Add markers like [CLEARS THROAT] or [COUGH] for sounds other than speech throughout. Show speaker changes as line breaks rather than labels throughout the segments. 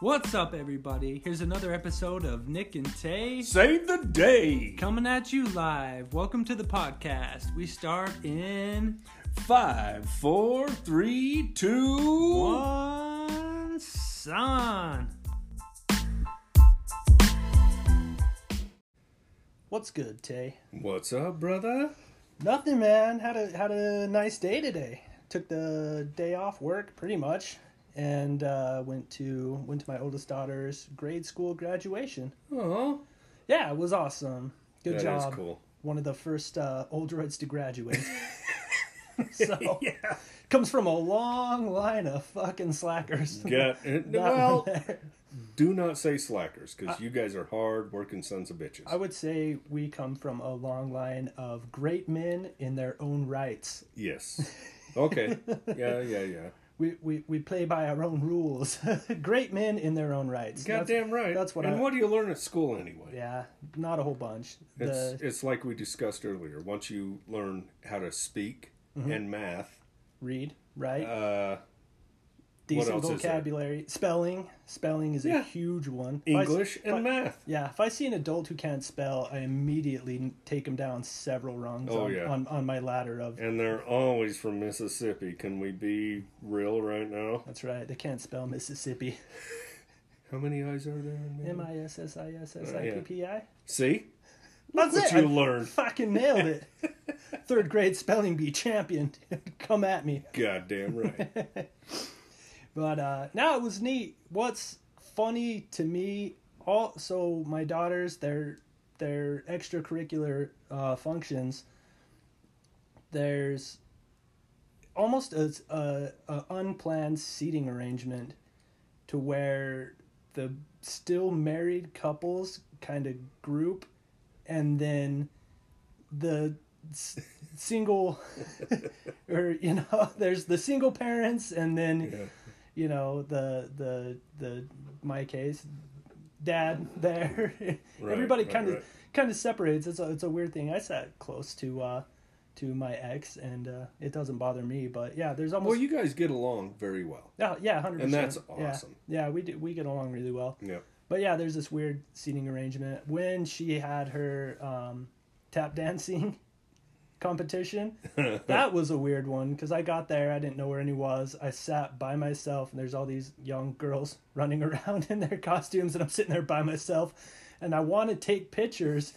What's up, everybody? Here's another episode of Nick and Tay
Save the day.
coming at you live. Welcome to the podcast. We start in
Five, four, three, two.
one son. What's good, Tay?
What's up, brother?
Nothing, man. Had a had a nice day today. Took the day off work, pretty much, and uh, went to went to my oldest daughter's grade school graduation.
Oh,
Yeah, it was awesome. Good
that is
job.
cool. [LAUGHS]
One of the first uh, old Reds to graduate. so comes from a long line of fucking slackers.
Get
[LAUGHS]
it.
That one
well,
there.
do not say slackers because you guys are hard working sons of bitches.
I would say we come from a long line of great men in their own rights.
yes.
[LAUGHS]
Okay. yeah, yeah, yeah.
We, we, we play by our own rules. [LAUGHS] great men in their own rights. That's-
Goddamn right.
That's what
And
I.
what do you learn at school anyway?
Yeah, not a whole bunch.
It's
The
it's like we discussed earlier. Once you learn how to speak
Mm-hmm.
and math,
read, right?
uh,
Decent
else is there?
vocabulary, spelling. Spelling is a
Yeah.
huge one. If I s-
English
if I-
and math.
Yeah, if I see an adult who can't spell, I immediately take them down several rungs
Oh,
on,
yeah.
on, on my ladder of
And they're always from Mississippi. Can we be real right now?
that's right, they can't spell Mississippi. [LAUGHS]
How many eyes are there in
M
me?
I S S I S S I P P
Uh,
I.
See?
That's it.
What you
I
learned.
fucking nailed
[LAUGHS]
it. Third grade spelling bee champion. dude. [LAUGHS] Come at me.
Goddamn right.
But uh now it was neat. What's funny to me also my daughters their their extracurricular uh functions there's almost a, a, a unplanned seating arrangement to where the still married couples kind of group and then the s-
[LAUGHS]
single or you know [LAUGHS] there's the single parents and then
Yeah.
you know the the the my case dad there [LAUGHS] everybody
right,
kind of
right.
kind of separates it's a, it's a weird thing i sat close to uh to my ex and uh it doesn't bother me but yeah there's almost
Well, you guys get along very well.
yeah, yeah, hundred
And
percent.
that's awesome.
Yeah, we do. We get along really well.
Yep.
But yeah, there's this weird seating arrangement. When she had her um, tap dancing [LAUGHS]
[LAUGHS]
competition, that was a weird one because I got there, I didn't know where any was. I sat by myself, and there's all these young girls [LAUGHS] running around in their costumes, and I'm sitting there by myself, and I want to take pictures.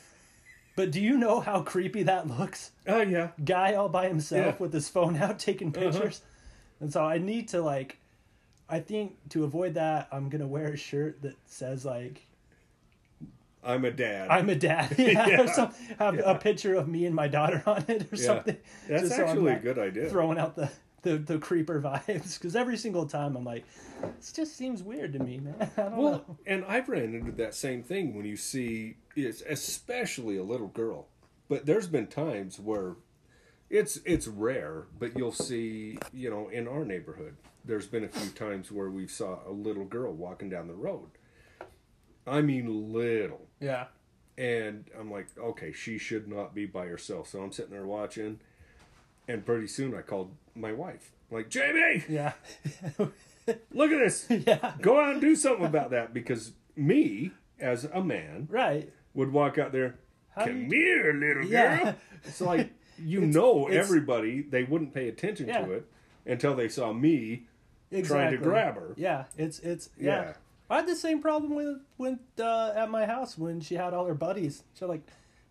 But do you know how creepy that looks?
Oh, yeah.
guy all by himself
Yeah. Uh-huh.
with his phone out [LAUGHS] taking pictures. And so I need to like I think to avoid that I'm gonna wear a shirt that says like
I'm a dad.
I'm a dad. [LAUGHS] Yeah,
[LAUGHS] Yeah.
Or some, have a picture of me and my daughter on it or
Yeah.
something.
That's
Just so I'm
actually a
not
good idea.
Throwing out the, the, the creeper [LAUGHS] vibes because every single time I'm like, this just seems weird to me, man. [LAUGHS] I don't know.
Well, and I've ran into that same thing when you see, it's especially a little girl. But there's been times where it's it's rare, but you'll see, you know, in our neighborhood, there's been a few times where we saw a little girl walking down the road. I mean, little.
Yeah.
And I'm like, okay, she should not be by herself. So I'm sitting there watching, and pretty soon I called my wife, like, Jamie,
Yeah. [LAUGHS]
look at this.
yeah.
Go out and do something about that because me, as a man,
Right.
would walk out there,
How
come
do
here, little girl.
Yeah. [LAUGHS]
It's like, you know,
it's-
everybody, they wouldn't pay attention
Yeah.
to it until they saw me. trying to
Exactly.
grab her.
Yeah, it's it's yeah.
Yeah.
I had the same problem with when uh, at my house when she had all her buddies. So like,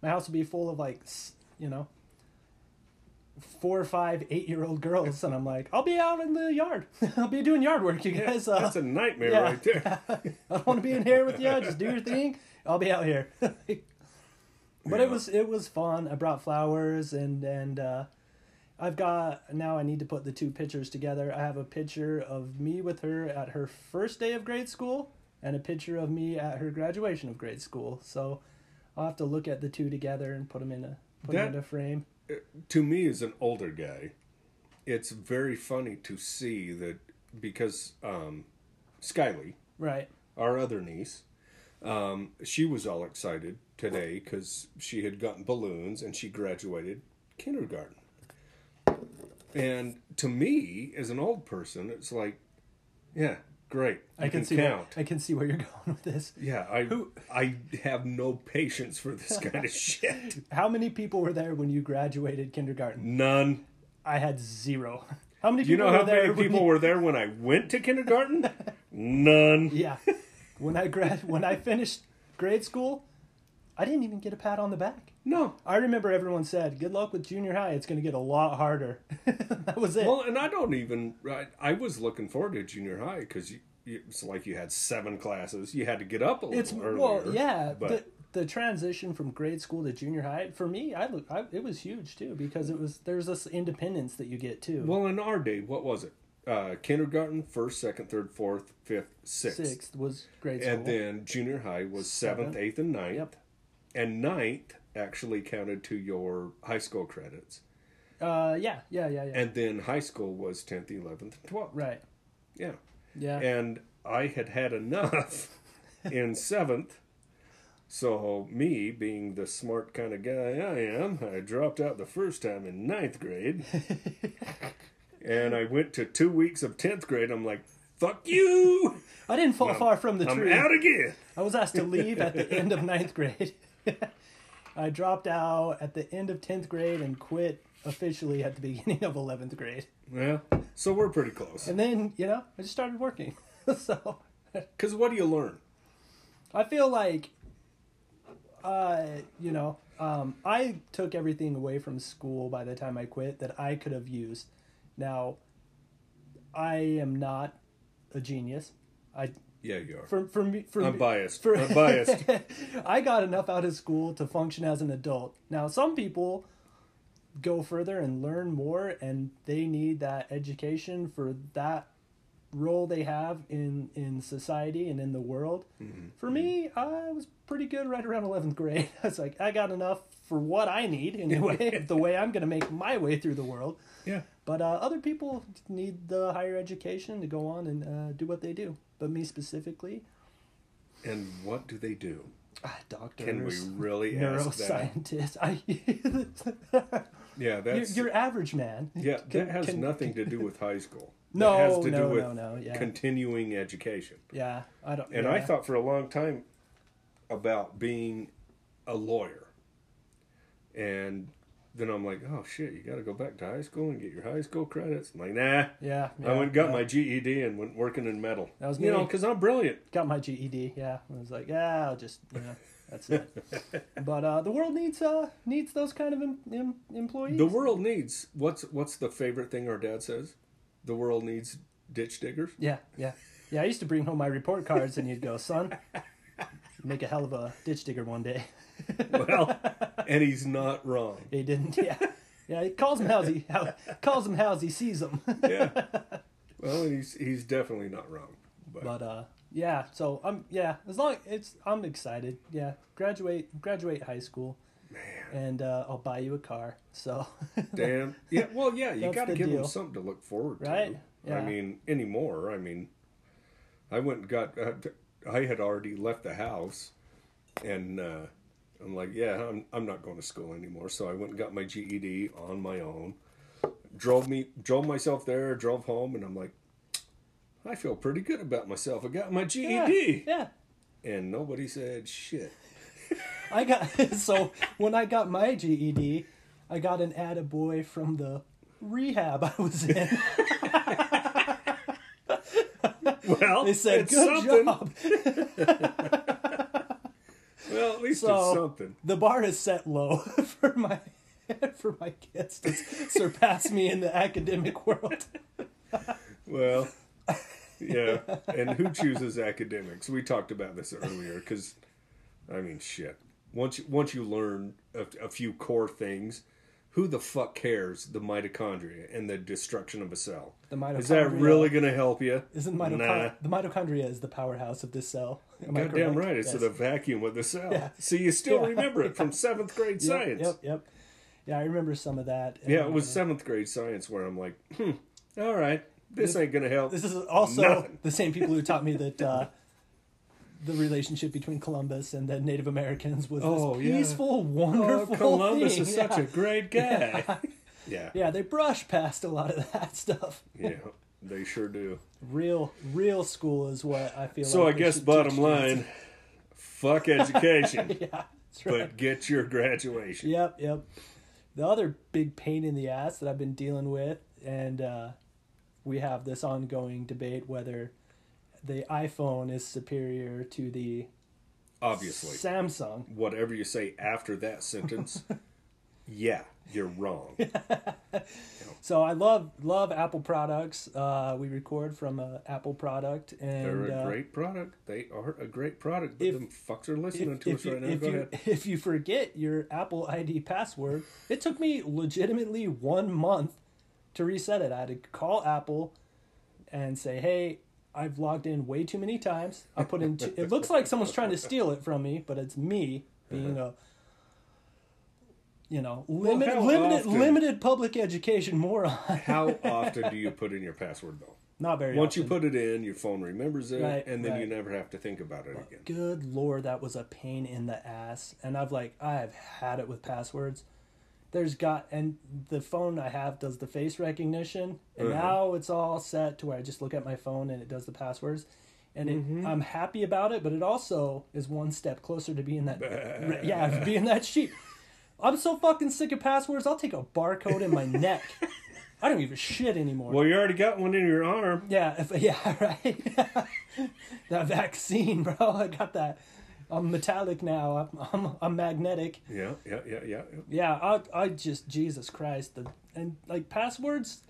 my house would be full of like, s- you know, four, five, eight year old girls, and I'm like, I'll be out in the yard. [LAUGHS] I'll be doing yard work, you guys. Uh,
That's a nightmare
yeah. [LAUGHS]
right there.
I don't want to be in here with you. Just do your thing. I'll be out here. [LAUGHS] but
Yeah.
it was it was fun. I brought flowers and and uh, I've got now. I need to put the two pictures together. I have a picture of me with her at her first day of grade school and a picture of me at her graduation of grade school. So I'll have to look at the two together and put them in a put 'em
That-
in a frame.
to me as an older guy it's very funny to see that because um skyly
Right.
our other niece um she was all excited today because she had gotten balloons and she graduated kindergarten and to me as an old person it's like yeah Great.
I
You
can, see where,
count.
I can see where you're [LAUGHS] going with this.
Yeah, I I have no patience for
[LAUGHS]
this kind of shit.
How many people were there when you graduated kindergarten?
None.
I had zero. [LAUGHS] How many people
You know
were
how
there
many
when
people
you-
were there when I went to
[LAUGHS]
kindergarten? None.
Yeah. When I grad when I finished grade school, I didn't even get a pat on the back.
No.
I remember everyone said, "Good luck with junior high. It's going to get a lot harder." [LAUGHS] that was it.
Well, and I don't even. I, I was looking forward to junior high because you, you, it's like you had seven classes. You had to get up a little
it's
earlier.
well, yeah,
but
the, the transition from grade school to junior high for me, I, look- I it was huge too because it was there's this independence that you get too.
well, in our day, what was it? Uh, kindergarten, first, second, third, fourth, fifth, sixth,
Sixth was grade school.
and then junior high was seventh,
Seventh.
eighth, and ninth.
Yep.
And ninth actually counted to your high school credits.
uh, yeah, yeah, yeah, yeah.
And then high school was 10th, 11th, and 12th.
right.
Yeah.
Yeah.
And I had had enough
[LAUGHS]
in 7th. So, me being the smart kind of guy I am, I dropped out the first time in
[LAUGHS]
ninth grade. and I went to two weeks of 10th grade. I'm like, fuck
[LAUGHS]
you!
I didn't fall far from the
I'm
tree.
out again!
I was asked to leave at the end of ninth grade. [LAUGHS] I dropped out at the end of 10th grade and quit officially at the beginning of 11th grade.
Well, so we're pretty close.
And then, you know, I just started working. [LAUGHS] so
Because what do you learn?
I feel like, uh, you know, um, I took everything away from school by the time I quit that I could have used. Now, I am not a genius. I
Yeah, you are.
for for me for
I'm
me-
biased.
for-
I'm biased.
[LAUGHS] I got enough out of school to function as an adult. Now, some people go further and learn more, and they need that education for that role they have in in society and in the world. For me, I was pretty good right around eleventh grade. [LAUGHS] I was like, I got enough for what I need [LAUGHS] anyway, the way I'm going to make my way through the world.
Yeah.
But uh, other people need the higher education to go on and uh, do what they do. But me specifically,
And what do they do?
ah, doctors,
Can we really ask
[LAUGHS]
that?
neuroscientists. I,
Yeah,
your,
that's
your average man.
yeah.
can-
that has
can-
nothing
[LAUGHS]
to do with high school.
No,
that has to
no,
do with
no, no, yeah.
continuing education.
Yeah, I don't.
And
yeah.
I thought for a long time about being a lawyer, and then I'm like, oh shit, you got to go back to high school and get your high school credits. I'm like, nah.
Yeah, yeah
I went and got
yeah.
my GED and went working in metal.
That was me.
You know, because I'm brilliant.
got my GED. Yeah, I was like, yeah, I'll just you know, that's it.
[LAUGHS]
but uh, the world needs uh needs those kind of em- em- employees.
The world needs what's what's the favorite thing our dad says? The world needs ditch diggers. [LAUGHS]
yeah, yeah, yeah. I used to bring home my report cards, and you'd go, son, make a hell of a ditch digger one day. [LAUGHS]
Well, and he's not wrong.
He didn't. Yeah. Yeah, he calls him how's he how, calls him how's he sees [LAUGHS] him.
yeah. Well, he's he's definitely not wrong. But,
[LAUGHS] but uh yeah so i'm yeah as long it's i'm excited yeah graduate graduate high school and uh, i'll buy you a car so [LAUGHS]
damn, yeah. Well, yeah, you
That's
got to
the
give them
deal.
something to look forward
Right?
to. I
Yeah.
mean, anymore. I mean, I went and got. I, I had already left the house, and uh, I'm like, yeah, I'm I'm not going to school anymore. So I went and got my GED on my own. Drove me, drove myself there, drove home, and I'm like, I feel pretty good about myself. I got my
yeah,
GED,
yeah
and nobody said shit.
i got [LAUGHS] so when i got my ged i got an attaboy from the rehab i was in
[LAUGHS] Well,
[LAUGHS] they said
it's
good
something.
job
Well, at least
So-
it's something.
the bar is set low [LAUGHS] for my for my kids to [LAUGHS] surpass me in the academic world [LAUGHS]
Well, yeah. And who chooses academics? We talked about this earlier because, I mean, shit. Once you, once you learn a, a few core things, who the fuck cares the mitochondria and the destruction of a cell?
The
is that
mitochondria-
really going to help you?
Isn't mitochondria
Nah.
the mitochondria is the powerhouse of this cell? Am I
Goddamn
correct?
right. It's
Yes.
the vacuum of the cell.
Yeah.
So you still
Yeah.
remember it from seventh
Yep,
grade science.
Yep, yep. Yeah, I remember some of that.
Yeah, it
And,
was
uh,
seventh grade science where I'm like, hmm, all right, this, ain't going to help.
This is also
Nothing.
the same people who taught me that uh, the relationship between Columbus and the Native Americans was
Oh,
this
yeah.
peaceful,
Oh,
wonderful
Columbus
thing.
is
yeah.
[LAUGHS] such a great guy. Yeah.
yeah, they brush past a lot of that stuff.
Yeah. They sure do.
Real, real school is what I feel.
So I
like we
guess
should
bottom
teach kids.
line,
[LAUGHS]
fuck education,
yeah, that's right.
but get your graduation.
Yep, yep. The other big pain in the ass that I've been dealing with, and uh, we have this ongoing debate whether the iPhone is superior to the
Obviously,
Samsung.
whatever you say after
[LAUGHS]
that sentence, yeah, you're wrong.
So I love love Apple products. Uh, we record from a Apple product, and
They're a
uh,
great product. They are a great product. But
if-
them fucks are listening
if,
to
if
us
you,
right now.
if,
Go
you, [LAUGHS]
ahead.
if you forget your Apple ID password, it took me legitimately one month to reset it. I had to call Apple and say, "Hey, I've logged in way too many times. I put in. Too, it looks like someone's trying to steal it from me, but it's me being
Uh-huh.
a." You know, limit,
how
limited,
often-
limited public education moron. [LAUGHS]
How often do you put in your password though?
Not very.
Once you
often.
put it in, your phone remembers it,
Right,
and then you
right.
never have to think about it again.
good lord that was a pain in the ass and i've like i've had it with passwords there's got and the phone i have does the face recognition and
Uh-huh.
now it's all set to where i just look at my phone and it does the passwords and it,
Mm-hmm.
i'm happy about it but it also is one step closer to being
[LAUGHS]
that yeah being that sheep i'm so fucking sick of passwords i'll take a barcode in my neck
[LAUGHS]
i don't give a shit anymore
Well, you already got one in your arm.
yeah, if, [LAUGHS] yeah, right. [LAUGHS] that vaccine, [LAUGHS] bro. I got that. I'm metallic now. I'm I'm, I'm magnetic.
Yeah, yeah, yeah, yeah. yeah.
Yeah, I I just Jesus Christ. The and like passwords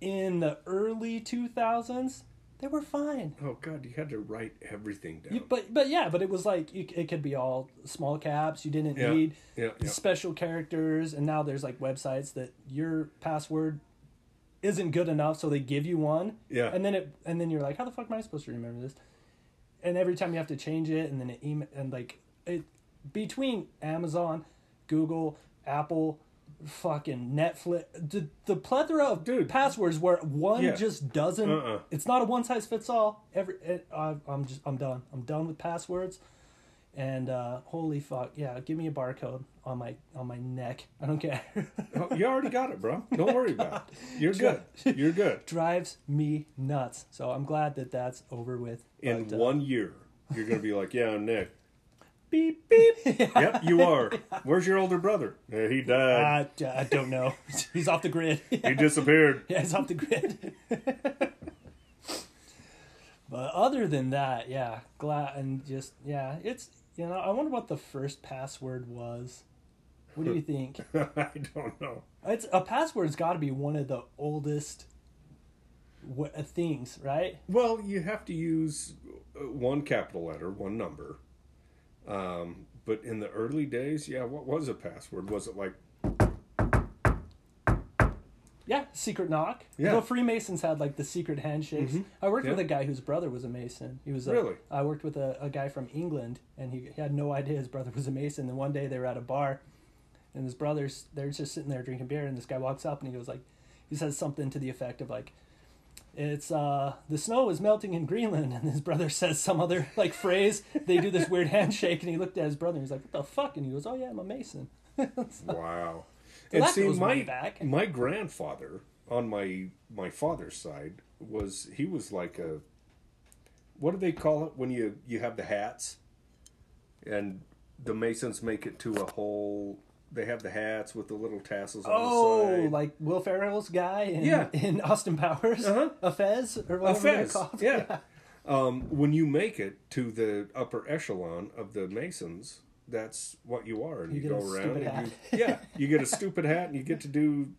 in the early 2000s, they were fine.
Oh God, you had to write everything down.
You, but but yeah, but it was like you, it could be all small caps. You didn't
Yeah,
need
yeah, yeah.
special characters. And now there's like websites that your password isn't good enough, so they give you one.
Yeah.
And then it and then you're like, how the fuck am I supposed to remember this? And every time you have to change it, and then it email and like it between Amazon, Google, Apple. Fucking Netflix, the, the plethora of
Dude.
passwords where one
Yeah.
just doesn't.
Uh-uh.
It's not a one size fits all. Every it, I, I'm just I'm done. I'm done with passwords. And uh, holy fuck, yeah, give me a barcode on my on my neck. [LAUGHS] I don't care.
Oh, you already got it, bro. Don't worry about
[LAUGHS]
it. You're good. You're good.
Drives me nuts. So I'm glad that that's over with.
In
But, uh,
one year, you're gonna be like, yeah, I'm Nick.
beep beep.
[LAUGHS] Yep, you are. Where's your older brother? Yeah, he died.
I, I don't know. [LAUGHS] He's off the grid. [LAUGHS]
He disappeared. [LAUGHS]
Yeah, it's off the grid. [LAUGHS] but other than that, yeah, glad and just yeah, it's you know I wonder what the first password was. What do you think?
I don't know.
it's a password's got to be one of the oldest wha- uh, things, right?
Well, you have to use uh, one capital letter, one number. Um, but in the early days, yeah, what was a password? Was it like
Yeah, secret knock.
Yeah. Mm-hmm.
The Freemasons had like the secret handshakes. I worked with
Yeah.
a guy whose brother was a Mason. He was a,
Really?
I worked with a, a guy from England, and he, he had no idea his brother was a Mason. And one day they were at a bar, and his brothers they're just sitting there drinking beer, and this guy walks up and he goes like, he says something to the effect of like, "It's uh the snow is melting in Greenland," [LAUGHS] and his brother says some other like phrase. They do this weird [LAUGHS] handshake, and he looked at his brother and he's like, "What the fuck?" And he goes, "Oh yeah, I'm a Mason." [LAUGHS]
Wow.
So
and
that
see,
goes
my
way back.
my grandfather on my my father's side was he was like a what do they call it when you you have the hats and the masons make it to a whole they have the hats with the little tassels on the
Oh,
side.
like Will Ferrell's guy in,
Yeah.
[LAUGHS] in Austin Powers,
Uh-huh.
a Fez or
a
whatever they're
fez.
called. [LAUGHS]
Yeah. Um, when you make it to the upper echelon of the Masons, that's what you are, and you,
get a
go around
stupid
and you, yeah,
[LAUGHS]
you get a stupid hat and you get to do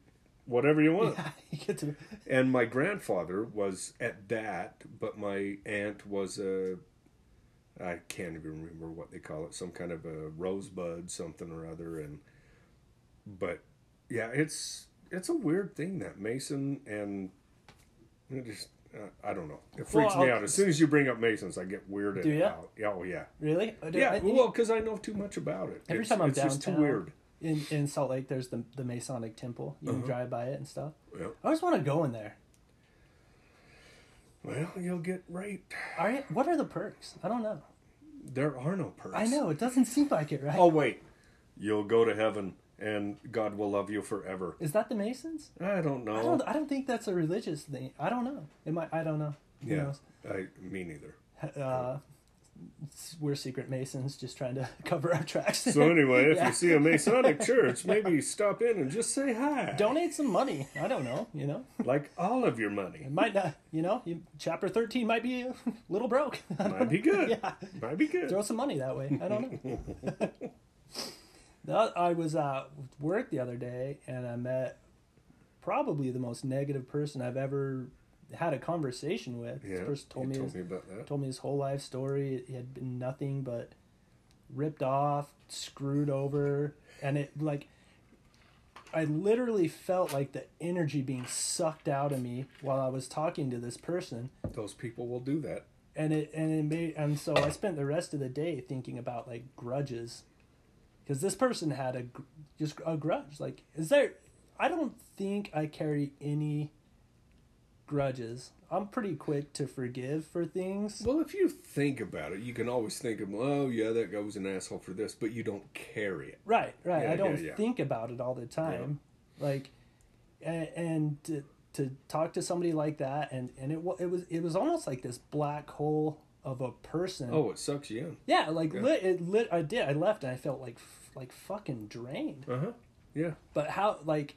whatever you want.
you get to
And my grandfather was at that, but my aunt was a I can't even remember what they call it, some kind of a rosebud something or other and but yeah, it's it's a weird thing that Mason and it just uh, I don't know. It freaks
Well,
me
I'll-
out. As soon as you bring up Masons, I get weirded
Do ya?
out. Oh yeah.
really. I don't-
Yeah,
I-
well, 'cause well, because I know too much about it.
every
it's,
time I'm
it's just too
downtown
weird. Uh-huh.
in in Salt Lake, there's the the Masonic Temple. You can drive by it and stuff.
Yep.
I always want to go in there.
Well, you'll get raped.
Are you, what are the perks? I don't know.
There are no
[LAUGHS]
perks.
Oh, I know it doesn't seem like it, right?
Oh wait, you'll go to heaven and God will love you forever.
Is that the Masons?
I don't know.
I don't. I don't think that's a religious thing. I don't know. It might. I don't know. Who
yeah,
knows?
I me neither.
Uh, s- we're secret Masons, just trying to [LAUGHS] cover our tracks.
So anyway, if
Yeah.
you see a Masonic church, maybe stop in and just say hi.
[LAUGHS] donate some money. I don't know. You know,
like all of your money.
it might not. You know, you, chapter thirteen might be a [LAUGHS] little broke.
Might be
[LAUGHS]
good.
Yeah.
Might be good.
throw some money that way. I don't
[LAUGHS]
know. The oth- I was at work the other day and I met probably the most negative person I've ever had a conversation with.
yeah.
This person told
you
me,
told
his,
me about that.
told me his whole life story. He had been nothing but ripped off, screwed over, and it like I literally felt like the energy being sucked out of me while I was talking to this person
Those people will do that.
and it and it made and so I spent the rest of the day thinking about like grudges, because this person had a gr- just a grudge. Like, is there? I don't think I carry any grudges. I'm pretty quick to forgive for things.
Well, if you think about it, you can always think of, oh yeah, that guy was an asshole for this, but you don't carry it.
Right, right.
Yeah,
I don't
yeah, yeah.
think about it all the time. Like, and, and to, to talk to somebody like that, and and it wa- it was it was almost like this black hole of a person.
Oh, it sucks you
Yeah, like lit. It lit. I did. I left, and I felt like f- like fucking drained.
in. Uh huh. Yeah.
But how? Like,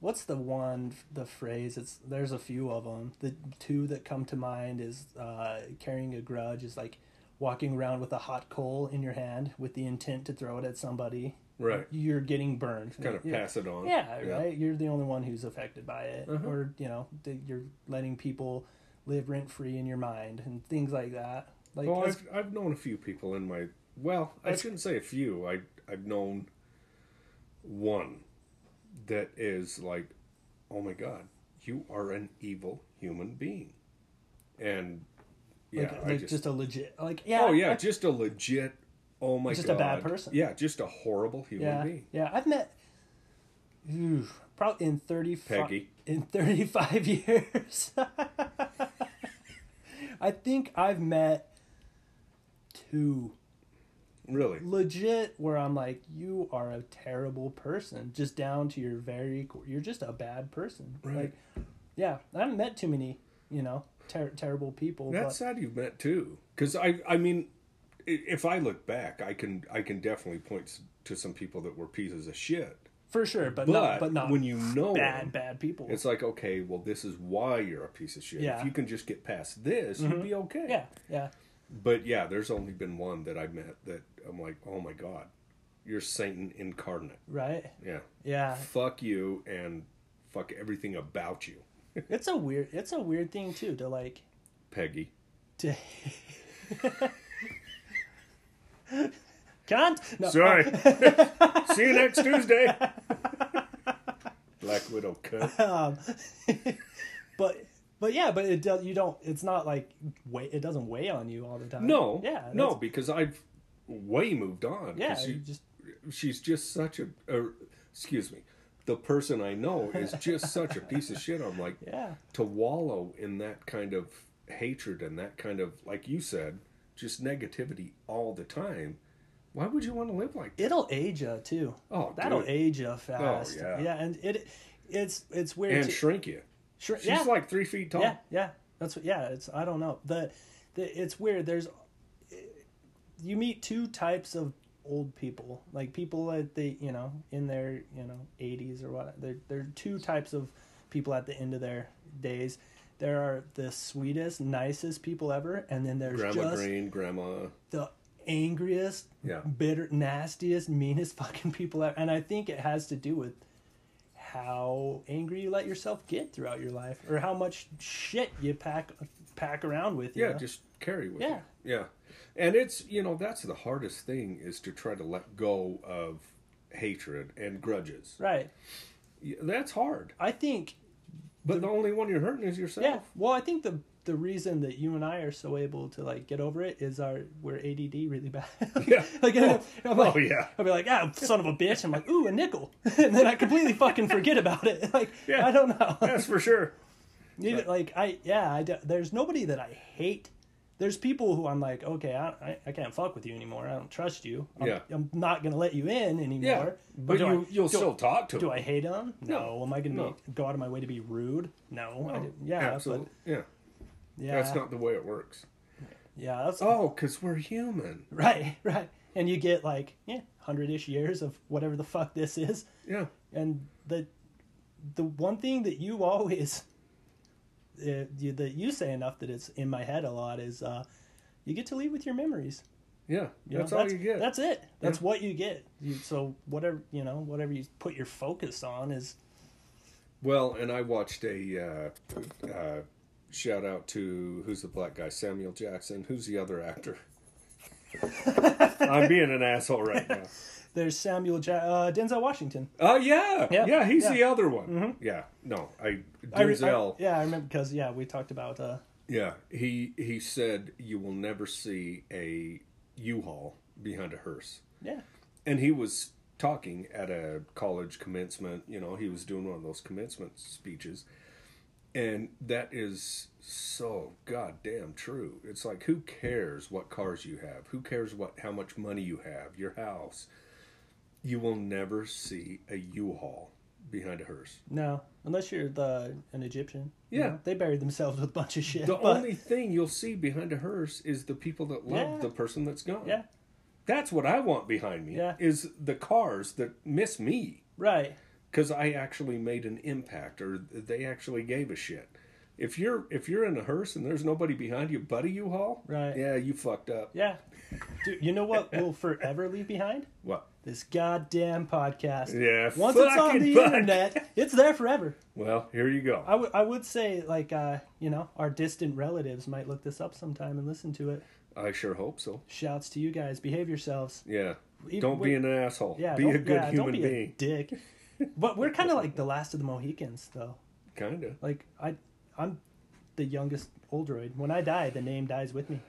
what's the one? The phrase. It's there's a few of them. The two that come to mind is uh, carrying a grudge is like walking around with a hot coal in your hand with the intent to throw it at somebody.
Right.
You're getting burned.
Kind of
Yeah.
pass it on.
Yeah, right. You're the only one who's affected by it,
Uh-huh.
or you know, that you're letting people live rent free in your mind and things like that. Like,
Well,
that's-
I've I've known a few people in my well, I shouldn't say a few. I I've known one that is like, oh my god, you are an evil human being, and yeah,
like,
I
like
just,
just, a legit like yeah
oh yeah, just a legit oh my
Just a
god,
bad person.
Yeah, just a horrible human
yeah
being.
yeah i've met ooh, probably in 35
Peggy.
in 35 [LAUGHS] years i think i've met two
Really,
legit where i'm like you are a terrible person just down to your very core you're just a bad person
Right.
like yeah i haven't met too many you know ter- terrible people
that's
but
sad you've met too. Because I I mean, i- if I look back, I can I can definitely point s- to some people that were pieces of shit.
for sure but,
But,
not but not
when you know them,
bad bad people
It's like, okay, well, this is why you're a piece of shit.
Yeah. Mm-hmm.
If you can just get past this, you'll be okay.
yeah yeah
But yeah, there's only been one that I met that I'm like, oh my God, you're Satan incarnate.
right
Yeah.
yeah
Fuck you and fuck everything about you,
It's a weird. It's a weird thing too to like
Peggy.
to. Can't. No. [LAUGHS]
Sorry. See you next Tuesday. Black Widow cut.
[LAUGHS] Um, but but yeah, but it does. You don't. It's not like weigh. It doesn't weigh on you all the time.
No.
Yeah.
No, because I've way moved on.
that's- Yeah.
'Cause
You
you-
just
she's just such a or, excuse me the person i know is just such a piece of shit i'm like
yeah.
to wallow in that kind of hatred and that kind of like you said just negativity all the time why would you want to live like that
It'll age you too.
Oh,
that'll
dude.
age you fast.
yeah.
and it it's it's weird.
and
too.
shrink you
Sure,
she's
yeah.
like three feet tall
Yeah, yeah. That's what. Yeah, it's. I don't know. The, the it's weird. There's, you meet two types of old people. Like people at the you know in their you know eighties or what. There there are two types of people at the end of their days. There are the sweetest, nicest people ever, and then there's
grandma
just
green grandma
the angriest,
Yeah.
bitter, nastiest, meanest [LAUGHS] fucking people ever. And I think it has to do with how angry you let yourself get throughout your life, or how much shit you pack pack around with you.
yeah just carry with
Yeah.
you yeah and it's you know that's the hardest thing is to try to let go of hatred and grudges
right.
Yeah, that's hard
I think.
But the only one you're hurting is yourself.
Yeah.
[LAUGHS]
Well, I think the the reason that you and I are so able to like get over it is our we're ADD really bad.
Yeah.
[LAUGHS] like, I'm like-
Oh, yeah.
I'll be like, ah, son of a bitch. I'm like, ooh, a nickel, [LAUGHS] and then I completely fucking forget about it. [LAUGHS] Like,
Yeah.
I don't know. [LAUGHS]
That's for sure.
Neither, like I yeah, I, don't- there's nobody that I hate there's people who I'm like, okay, I, I, I can't fuck with you anymore. I don't trust you. I'm,
Yeah.
I'm not gonna let you in anymore.
Yeah, but
do
you,
I,
you'll
do,
still talk to
Do
him.
I hate them? No.
No.
Am I gonna
No.
be, go out of my way to be rude? No. I didn't- yeah.
absolutely. yeah,
But yeah.
that's not the way it works.
Yeah. That's,
Oh, because we're human.
[LAUGHS] Right. Right. And you get like yeah, hundred ish years of whatever the fuck this is.
Yeah,
and the the one thing that you [LAUGHS] always uh, you, that you say enough that it's in my head a lot is uh, you get to leave with your memories.
yeah.
You
that's
know,
all you get.
That's it. That's what you get. You, so whatever you know, whatever you put your focus on is
Well, and I watched a uh, uh, shout out to who's the black guy? Samuel Jackson. Who's the other actor? I'm being an asshole right now.
there's Samuel ja- uh, Denzel Washington.
[LAUGHS] Oh yeah,
Yeah,
yeah, he's
yeah. Mm-hmm.
the other one. Yeah, no, I
I re- I-
Denzel.
yeah, I remember because yeah, we talked about uh,
yeah, he he said you will never see a U-Haul behind a hearse,
yeah,
and he was talking at a college commencement. You know, he was doing one of those commencement speeches, and that is so goddamn true. It's like who cares what cars you have? Who cares what how much money you have? Your house. You will never see a U-Haul behind a hearse.
no, unless you're the an Egyptian. you
Yeah.
know, they buried themselves with a bunch of shit.
The
but,
only thing you'll see behind a hearse is the people that love
Yeah.
the person that's gone.
yeah,
That's what I want behind me
Yeah.
is the cars that miss me
right,
cuz I actually made an impact or they actually gave a shit. If you're if you're in a hearse and there's nobody behind you, buddy you haul?
Right.
Yeah, you fucked up.
yeah. Dude, you know what we'll forever leave behind?
What?
this goddamn podcast.
Yeah,
Once it's on
fucking
the
fuck.
internet, it's there forever.
Well, here you go.
I would- I would say, like, uh, you know, our distant relatives might look this up sometime and listen to it.
I sure hope so.
Shouts to you guys. Behave yourselves.
Yeah.
Even
Don't be
with-
an asshole.
Yeah,
be
don't-
a good
yeah,
human
don't be A
being.
dick. But we're kind of like the last of the Mohicans, though.
Kinda.
Like, I, I'm the youngest Oldroid. When I die, the name dies with me.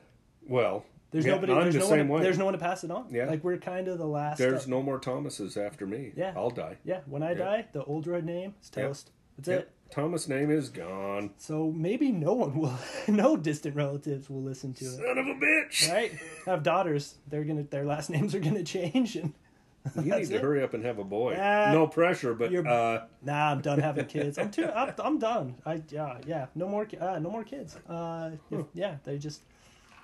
Well,
There's
yeah,
nobody.
I'm
There's
the
no
same
one.
way.
To, there's no one to pass it on.
Yeah.
Like we're kind of the last.
There's
of-
no more Thomases after me.
Yeah.
I'll die.
yeah. When I
Yeah.
die, the Oldroid name is
Yep.
toast. That's
Yep.
it.
Thomas' name is gone.
So maybe no one will, [LAUGHS] no distant relatives will listen to it.
Son of a bitch!
Right? I have daughters. They're gonna, their last [LAUGHS] names are gonna change. And
You need
that's
to
it.
hurry up and have a boy.
Yeah.
no pressure, but
You're-
uh,
nah, I'm done having kids. I'm too, I'm, I'm done. I yeah yeah. No more ki- uh, no more kids. Uh, if- yeah, they just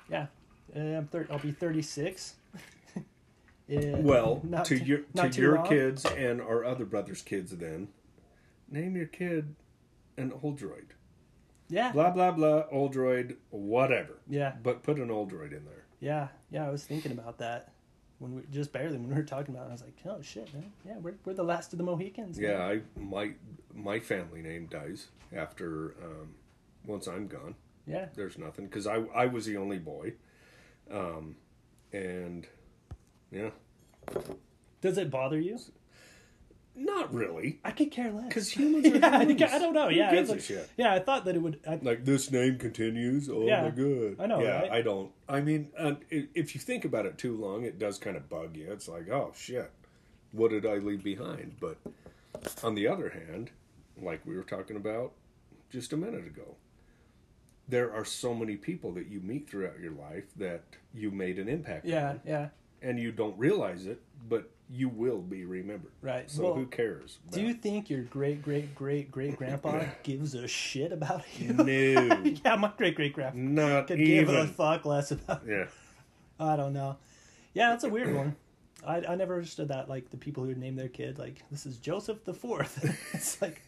yeah. Uh, I'm thir- I'll be [LAUGHS] 36. Yeah,
well,
[LAUGHS] not
to
too-
your to
not too
your
long.
kids and our other brother's kids. Then name your kid an old droid.
Yeah
Blah blah blah. Old droid, whatever.
yeah
But put an old droid in there.
yeah yeah. I was thinking about that when we just barely when we were talking about. it. I was like, oh shit, man. Yeah, we're we're the last of the Mohicans. man.
Yeah, I my my family name dies after um, once I'm gone.
yeah.
There's nothing because I I was the only boy, um, and yeah,
Does it bother you?
not really.
I could care less. [LAUGHS]
Because humans are
yeah, I,
humans.
think- I don't know.
Who
Yeah,
gives
it's
a
like-
shit?
yeah. I thought that it would. I,
Like this name continues. Oh
Yeah.
my god!
I know,
Yeah,
right?
I don't. I mean, uh, i- if you think about it too long, it does kind of bug you. It's like, oh shit, what did I leave behind? But on the other hand, like we were talking about just a minute ago, there are so many people that you meet throughout your life that you made an impact.
yeah,
on,
yeah.
and you don't realize it, but you will be remembered.
Right.
So
Well,
who cares?
Do you think your great great great great [LAUGHS] grandpa gives a shit about you? [LAUGHS]
No.
yeah, my great great grandpa
Not
could
even.
give a fuck less about.
Yeah.
I don't know. Yeah, that's a weird one. I I never understood that. Like the people who name their kid like this is Joseph the Fourth. [LAUGHS] it's like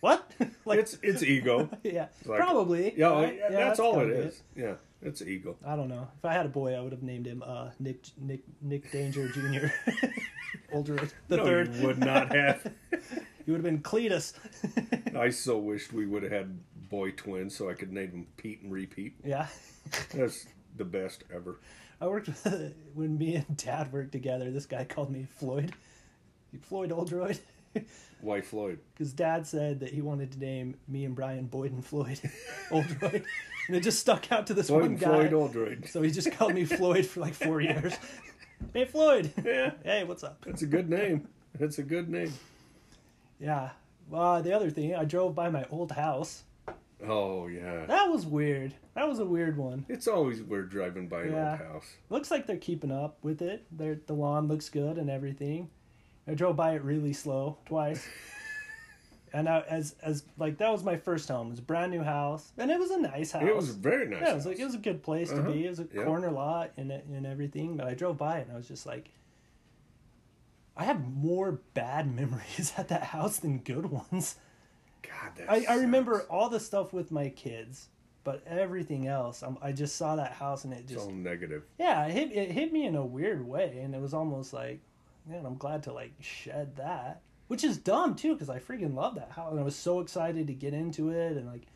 what? [LAUGHS] like
It's it's
[LAUGHS]
ego.
yeah,
like-
probably.
Yeah,
right?
that's, all it
kinda
is. Yeah, it's ego.
I don't know. If I had a boy, I would have named him uh, Nick Nick Nick Danger Jr.
[LAUGHS]
Older [LAUGHS] the
no,
third.
you would not
[LAUGHS]
have.
You would have been Cletus. [LAUGHS]
I so wished we would have had boy twins so I could name them Pete and Repeat.
yeah, [LAUGHS]
That's the best ever.
I worked with [LAUGHS] when me and Dad worked together. This guy called me Floyd, Floyd Oldroyd, [LAUGHS]
Why Floyd?
because Dad said that he wanted to name me and Brian Boyd and Floyd [LAUGHS] Oldroyd, and it just stuck out to this
Floyd
one
and
guy.
Floyd Aldroyd.
so he just called me Floyd for like four years. [LAUGHS] hey Floyd.
Yeah,
Hey, what's up?
that's a good name. That's a good name.
Uh, Yeah. Well, the other thing, I drove by my old house
Oh yeah.
That was weird. That was a weird one.
It's always weird driving by an
Yeah.
old house.
Looks like they're keeping up with it. They're, the lawn looks good and everything. I drove by it really slow
[LAUGHS]
twice. and I, as as like that was my first home. It was a brand new house, and it was a nice house.
It was a very nice.
yeah, it was
house.
like it was a good place
Uh-huh.
to be. It was a
Yeah.
corner lot and it- and everything. But I drove by it and I was just like, I have more bad [LAUGHS] memories at that house than good ones.
God, that
I, I remember
sucks.
all the stuff with my kids, but everything else, i I just saw that house and it
It's
just
all negative.
yeah, it hit it hit me in a weird way, and it was almost like, man, I'm glad to like shed that, which is dumb too, because I freaking love that house, and I was so excited to get into it, and like,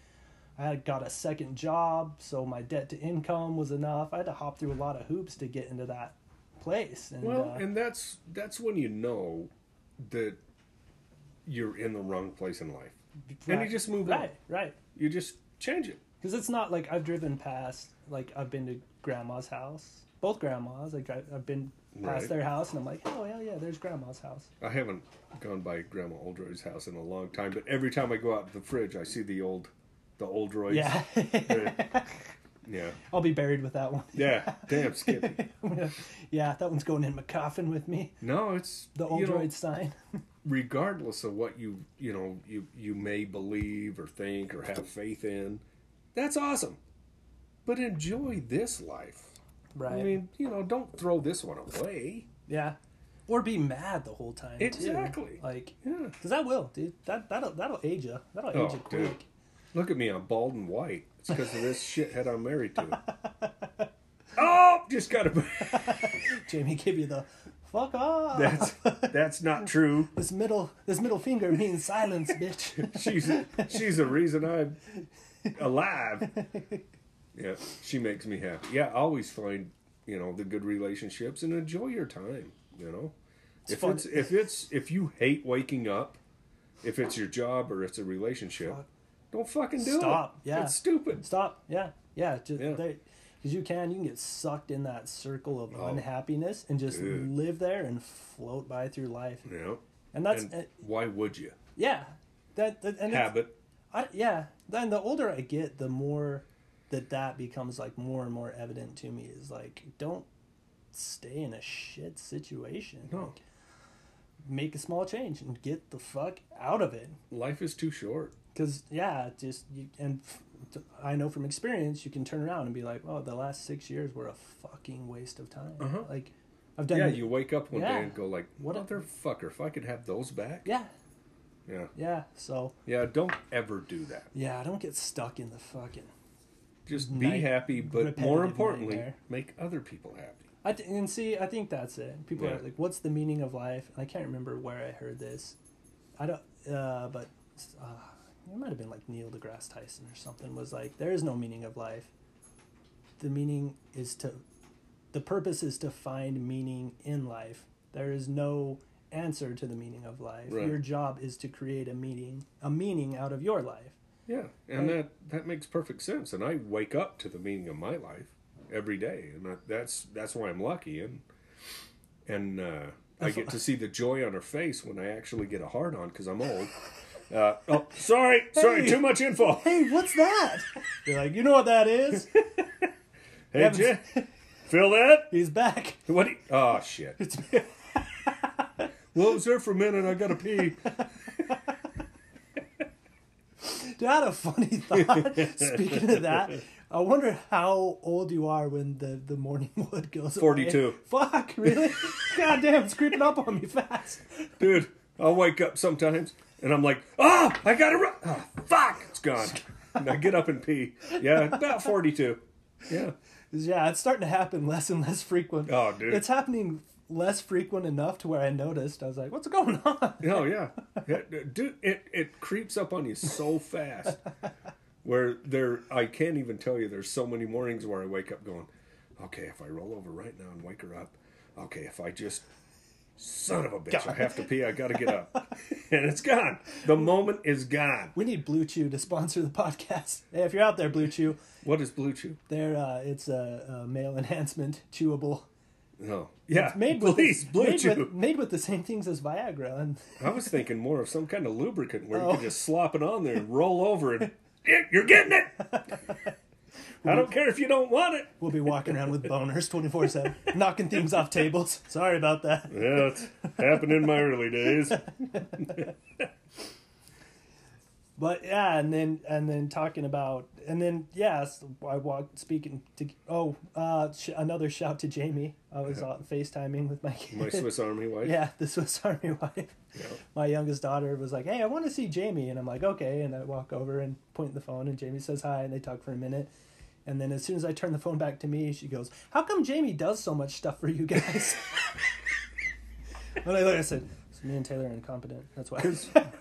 I had got a second job, so my debt to income was enough. I had to hop through a lot of hoops to get into that place, and
Well,
uh,
and that's that's when you know that you're in the wrong place in life. and you just move on.
right, right.
You just change it.
Because it's not like I've driven past, like I've been to grandma's house, both grandmas. Like I, I've been past
Right.
their house, and I'm like, oh hell yeah, there's grandma's house.
I haven't gone by Grandma Oldroyd's house in a long time, but every time I go out to the fridge, I see the old, the Oldroyds.
Yeah,
[LAUGHS] yeah,
[LAUGHS] I'll be buried with that one. [LAUGHS]
yeah. Damn, Skippy.
yeah, that one's going in my coffin with me.
No, it's
The old
you know,
droid sign.
regardless of what you you know you you may believe or think or have faith in, that's awesome. But enjoy this life.
[LAUGHS] right.
I mean, you know, don't throw this one away.
yeah. Or be mad the whole time. too.
Exactly.
Like,
Yeah.
because that will, dude. That that'll that'll age you. That'll age
Oh,
you
dude.
quick.
Look at me, I'm bald and white. It's because of this shithead I'm married to.
[LAUGHS]
Oh, just got to.
Jamie give you the fuck off.
[LAUGHS] That's that's not true.
this middle this middle finger means
[LAUGHS]
silence, bitch.
She's she's the reason I'm alive. Yeah, she makes me happy. Yeah, always find you know the good relationships and enjoy your time. You know, if
fun.
it's if it's if you hate waking up, if it's your job or it's a relationship, don't fucking do it.
Stop. Yeah.
it's stupid.
Stop. Yeah. Yeah. Just
Yeah.
because you can, you can get sucked in that circle of unhappiness and just
Oh. dude.
live there and float by through life.
You know,
And that's
and
uh,
why would you
yeah. That, that and it's-
habit?
I, yeah. Then the older I get, the more that that becomes like more and more evident to me is like don't stay in a shit situation.
No,
Make a small change and get the fuck out of it.
life is too short.
Because yeah, it just you, and f- I know from experience you can turn around and be like, oh, the last six years were a fucking waste of time.
Uh-huh.
Like, I've done.
yeah, you wake up one
Yeah.
day and go like,
What a-
motherfucker, if I could have those back.
Yeah,
Yeah.
yeah. So
Yeah, don't ever do that.
yeah, I don't get stuck in the fucking.
Just be
Night-
happy, but
repetitive
more importantly,
nightmare.
make other people happy.
I th- and see, I think that's it. People
Yeah.
are like, "What's the meaning of life?" And I can't remember where I heard this. I don't. Uh, but uh, it might have been like Neil deGrasse Tyson or something. Was like, "There is no meaning of life. The meaning is to, the purpose is to find meaning in life. There is no answer to the meaning of life.
Right.
Your job is to create a meaning, a meaning out of your life."
Yeah, and that that makes perfect sense. And I wake up to the meaning of my life every day, and I, that's that's why I'm lucky. And and uh, I get to see the joy on her face when I actually get a hard on because
[LAUGHS]
I'm old. Uh, oh, sorry, sorry,
Hey.
too much info.
Hey, what's that? [LAUGHS] You're like, you know what that
[LAUGHS]
is?
Hey, Jay,
[LAUGHS]
feel that?
He's back.
What? do you- oh shit. Well, it was there for a minute. I gotta pee.
Dude, I had a funny [LAUGHS] thought. Speaking of that, I wonder how old you are when the, the morning [LAUGHS] wood goes away.
42.
Fuck,
[LAUGHS]
really? God damn, it's creeping up on me fast.
dude. I'll wake up sometimes and I'm like, oh, I gotta run. Oh, fuck, it's gone. And I get up and pee. Yeah, about 42. Yeah.
'Cause, Yeah, it's starting to happen less and less frequent.
Oh, dude.
It's happening less frequent enough to where I noticed. I was like, what's going on?
Oh, yeah. Yeah, Dude, it, it creeps up on you so fast where there, I can't even tell you, there's so many mornings where I wake up going, okay, if I roll over right now and wake her up, okay, if I just, son of a bitch, I have to pee, I gotta get up. and it's gone. The moment is gone.
We need Blue Chew to sponsor the podcast. Hey, if you're out there, Blue Chew,
What is Blue Chew?
there uh, it's a, a male enhancement chewable.
No. Oh, Yeah.
Made with,
please, Blue
made
Chew.
with made with the same things as Viagra and
I was thinking more of some kind of lubricant where you
Oh.
could just slop it on there and roll over and Yeah, you're getting it. I don't care if you don't want it.
We'll be walking around with boners 24 7, knocking things off tables. Sorry about that.
Yeah, it's happened in my early days.
But yeah, and then and then talking about and then yes, I walked speaking to oh uh, sh- another shout to Jamie. I was on FaceTiming with my kid. [LAUGHS]
My Swiss Army wife.
yeah, the [LAUGHS] Swiss Army wife. My youngest daughter was like, "Hey, I want to see Jamie," and I'm like, "Okay." And I walk over and point the phone, and Jamie says hi, and they talk for a minute. And then as soon as I turn the phone back to me, she goes, "How come Jamie does so much stuff for you guys?" [LAUGHS] and I look, I said, "It's "Me and Taylor are incompetent. That's why."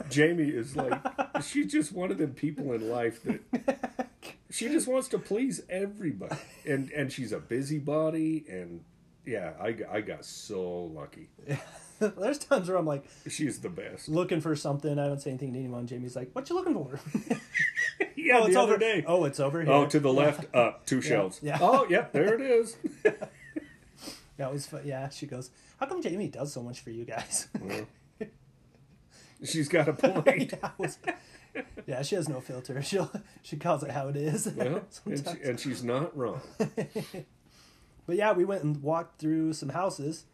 Jamie is like, she's just one of them people in life that she just wants to please everybody, and and she's a busybody, and yeah, I g- I got so lucky.
[LAUGHS] There's times where I'm like,
She's the best.
looking for something. I don't say anything to anyone. Jamie's like, "What you looking for?" [LAUGHS]
Yeah,
oh, it's
the
over.
other day.
Oh, it's over here.
Oh, to the left, up two shelves.
yeah.
Oh, yep, there
[LAUGHS]
it is.
That was fu- yeah. She goes, "How come Jamie does so much for you guys?"
Well, she's got a point.
[LAUGHS] That was- yeah, she has no filter. [LAUGHS] She will she calls it how it is. [LAUGHS]
Well, and, she,
sometimes.
and she's not wrong.
But yeah, we went and walked through some houses.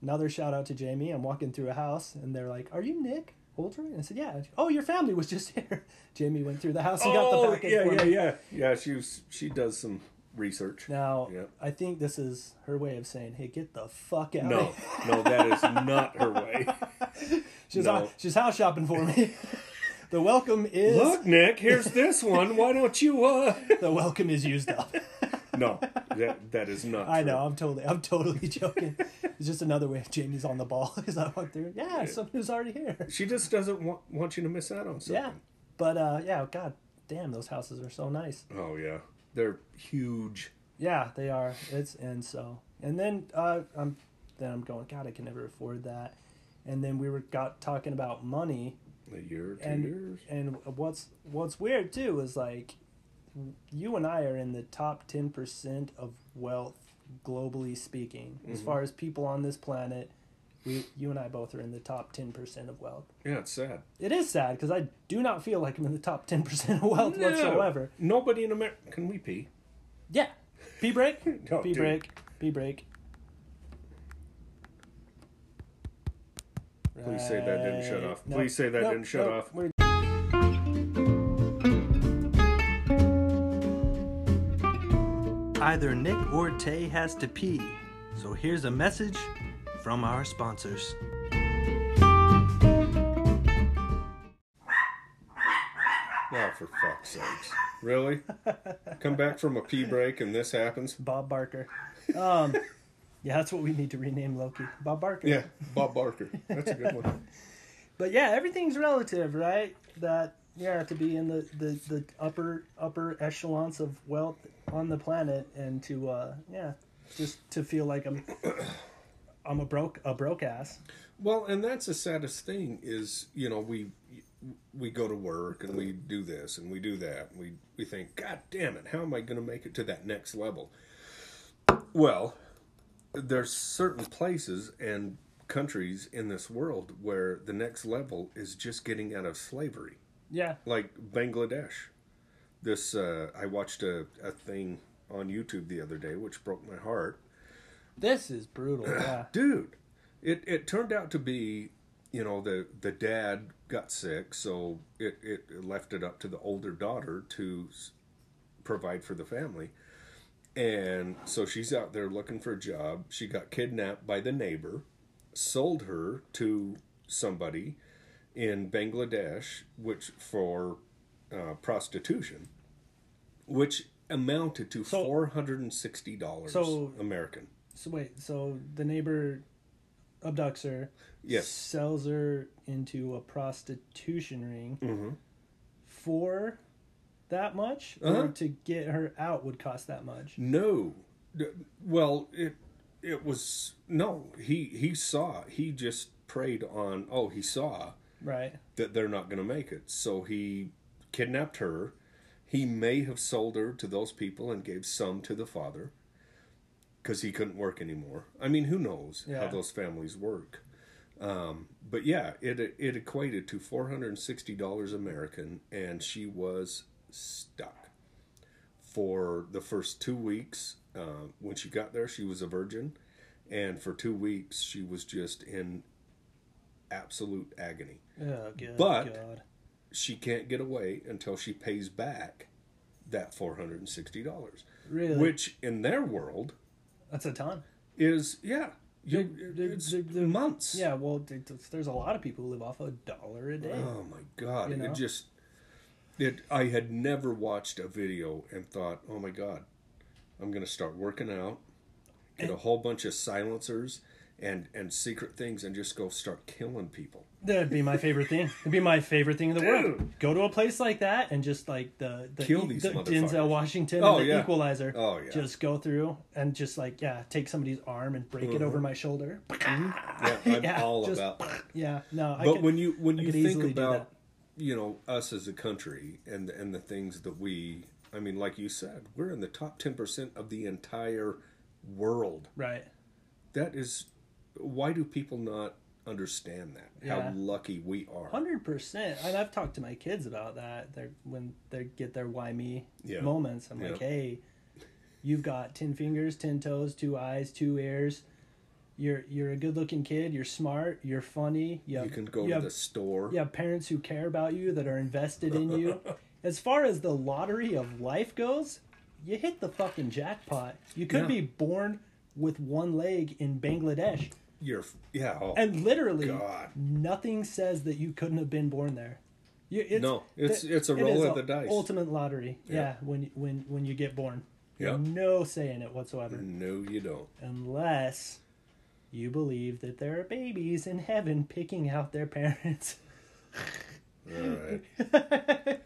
Another shout out to Jamie. I'm walking through a house, and they're like, "Are you Nick Holter?" And I said, "Yeah." And she- oh, your family was just [LAUGHS] here. Jamie went through the house and got the
Oh,
packet.
yeah,
for me.
yeah, yeah, yeah. She was, she does some research.
Now,
Yeah.
I think this is her way of saying, "Hey, get the fuck out!"
No, no, that is not her way.
[LAUGHS] she's
no.
she's house shopping for me. [LAUGHS] the welcome is
Look, Nick, here's this one. Why don't you? uh [LAUGHS]
the welcome is used up. [LAUGHS]
No, that that is not.
I
true.
know. I'm totally. I'm totally [LAUGHS] joking. it's just another way [LAUGHS] of Jamie's on the ball because I walked through. Yeah, someone who's already here.
She just doesn't want, want you to miss out on
[LAUGHS]
something.
Yeah, but uh, yeah. God damn, those houses are so nice.
Oh yeah, they're huge.
Yeah, they are. It's and so and then uh, I'm then I'm going. God, I can never afford that. And then we were got talking about money.
A year, two
and
years.
and what's what's weird too is like you and I are in the top 10% of wealth globally speaking as far as people on this planet we you and I both are in the top 10% of wealth
Yeah, it's sad.
it is sad because I do not feel like I'm in the top 10% of wealth whatsoever
No, uh, nobody in America. Can we pee?
yeah pee break
No,
pee
dude.
break pee break
Please say that didn't shut
Right.
off.
Uh, No,
Please say that
no,
didn't shut
no,
off.
we're- Either Nick or Tay has to pee. So here's a message from our sponsors.
Oh, for fuck's sakes! Really?
[LAUGHS]
Come back from a pee break and this happens?
Bob Barker. Um, [LAUGHS] yeah, that's what we need to rename Loki. Bob Barker.
Yeah, Bob Barker. That's a good one.
But yeah, everything's relative, right? That yeah, to be in the, the, the upper upper echelons of wealth on the planet and to uh yeah, just to feel like I'm [COUGHS] I'm a broke a broke ass.
Well, and that's the saddest thing is you know we we go to work and we do this and we do that and we we think God damn it, how am I going to make it to that next level? Well, there's certain places and countries in this world where the next level is just getting out of slavery.
Yeah.
like Bangladesh. This uh, I watched a, a thing on YouTube the other day, which broke my heart,
This is
[COUGHS]
brutal. Yeah.
dude. It it turned out to be, you know, the the dad got sick, so it it left it up to the older daughter to s- provide for the family, and so she's out there looking for a job. She got kidnapped by the neighbor, sold her to somebody in Bangladesh, which for uh, prostitution, which amounted to four hundred and sixty dollars
So-
American.
So wait, so the neighbor abducts her,
Yes.
sells her into a prostitution ring
Mm-hmm.
for that much,
Uh-huh.
or to get her out would cost that much.
No, D- well, it it was no. He he saw. He just preyed on. Oh, he saw
Right.
that they're not going to make it. So he kidnapped her. He may have sold her to those people and gave some to the father because he couldn't work anymore. I mean, who knows how
Yeah.
those families work? Um, but yeah, it it equated to four hundred and sixty dollars American, and she was stuck for the first two weeks. Uh, when she got there, she was a virgin, and for two weeks she was just in absolute agony.
Oh, good
But-
God.
She can't get away until she pays back that four hundred and sixty dollars,
Really?
which in their world
That's a ton.
is yeah, you
They're- they're-
it's
they're- they're-
months.
Yeah, well, th- th- there's a lot of people who live off a dollar a day.
Oh my god!
You know?
It just it. I had never watched a video and thought, "Oh my god, I'm gonna start working out, get a whole bunch of silencers and and secret things, and just go start
[LAUGHS]
killing people."
That'd be my favorite thing. It'd be my favorite thing in the world.
Dude.
Go to a place like that and just like the the, E,
Kill these
the
motherfuckers.
Denzel Washington
Oh,
and the
yeah.
Equalizer.
Oh, yeah.
Just go through and just like yeah, take somebody's arm and break it over
Mm-hmm.
my shoulder.
Yeah, I'm
Yeah,
all
just-
about that.
Yeah, no. I
Mm-hmm. But
could-
when you when you
could
think
easily do
about you know us as a country and and the things that we, I mean, like you said, we're in the top ten percent of the entire world.
right,
that is why do people not understand that
Yeah.
how lucky we are
hundred percent. And I've talked to my kids about that. They're when they get their why me
Yeah.
moments. I'm
Yeah.
like, hey, you've got ten fingers, ten toes, two eyes, two ears. You're you're a good looking kid. You're smart. You're funny. You,
you
have-
can go
you
to
have
the store
you have parents who care about you that are invested in
[LAUGHS]
you as far as the lottery of life goes you hit the fucking jackpot you could
Yeah.
be born with one leg in bangladesh
you're yeah oh,
and literally
God.
nothing says that you couldn't have been born there you, it's,
No, it's-
th-
it's a
it
roll
is
of
a
the dice.
ultimate lottery yeah,
Yeah.
when when when you get born
Yeah.
no say in it whatsoever
no you don't
unless you believe that there are babies in heaven picking out their parents [LAUGHS]
all right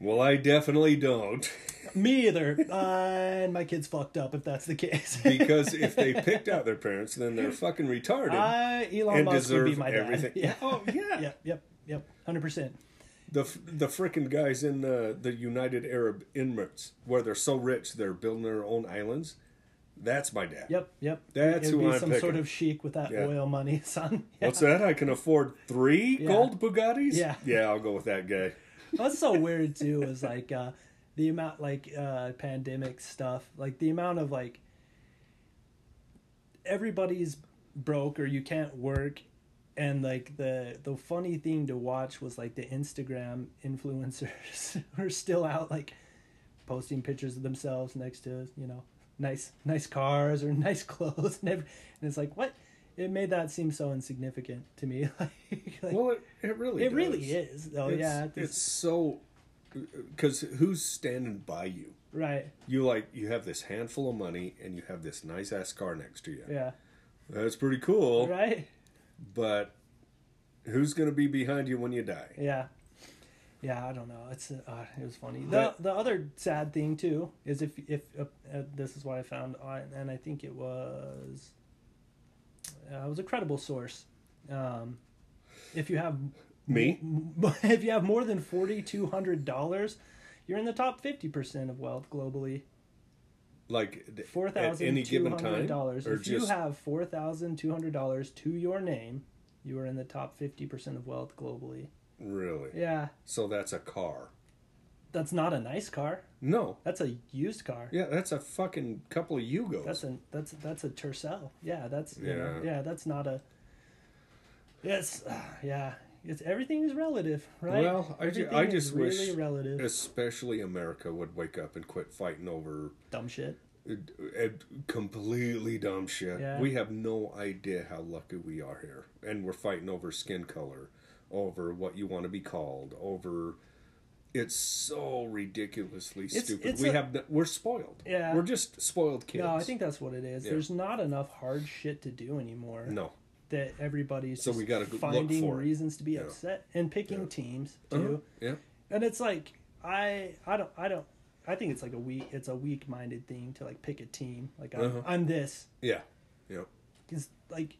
well i definitely don't [LAUGHS]
Me either. Uh, and my kid's fucked up if that's the case. [LAUGHS]
because if they picked out their parents then they're fucking retarded
I, Uh, Elon
and
Musk would
deserve
be my
everything
dad. [LAUGHS] Yeah.
oh yeah
Yep. Yep. Yep. Hundred percent.
the f- the freaking guys in the the united arab emirates where they're so rich they're building their own islands that's my dad
Yep. Yep.
That's
It'd
who
be
I'm
some
picking.
sort of chic with that
Yeah.
oil money, [LAUGHS] son. Yeah.
What's that? I can afford three gold Bugattis?
Yeah.
Yeah, I'll go with that guy.
That's so weird too. Is like uh, the amount like uh, pandemic stuff, like the amount of like everybody's broke or you can't work, and like the the funny thing to watch was like the Instagram influencers [LAUGHS] are still out like posting pictures of themselves next to you know nice nice cars or [LAUGHS] nice clothes and every, and it's like what it made that seem so insignificant to me [LAUGHS] like, like,
Well, it, it really
it
does.
really is though
It's,
yeah
it's, so. Because who's standing by you?
right
You like you have this handful of money and you have this nice ass car next to you.
Yeah.
That's pretty cool,
Right?
but who's gonna be behind you when you die?
Yeah. Yeah, I don't know. It's uh, it was funny. The
But-
the other sad thing too is if if uh, uh, this is what I found on, and I think it was uh, it was a credible source. Um, if you have
Me?
[LAUGHS] if you have more than forty two hundred dollars, you're in the top fifty percent of wealth globally.
Like at
Four
any
thousand two
given
hundred
time,
dollars.
or
If you
just
have four thousand two hundred dollars to your name, you are in the top fifty percent of wealth globally.
really?
Yeah,
So that's a car.
that's not a nice car.
No.
That's a used car.
Yeah, that's a fucking couple of Yugos.
That's a that's that's a Tercel. Yeah, that's yeah.
Yeah.
yeah, that's not a. Yes, yeah. It's everything is relative, right?
Well, I ju-
Everything
I
is
just wish-
really relative.
especially America would wake up and quit fighting over
Dumb shit.
uh, uh, completely dumb shit.
Yeah.
We have no idea how lucky we are here, and we're fighting over skin color, over what you want to be called, over. It's so ridiculously
It's-
stupid.
it's
we
a-
have no, we're spoiled.
Yeah.
we're just spoiled kids.
No, I think that's what it is.
Yeah.
There's not enough hard shit to do anymore.
no.
That everybody's
So
just
we gotta go- look
finding
for it.
reasons to be
Yeah.
upset and picking teams too.
Uh-huh. Yeah,
and it's like I I don't I don't I think it's like a weak it's a weak minded thing to like pick a team like I'm,
Uh-huh.
I'm this
yeah, yeah.
because like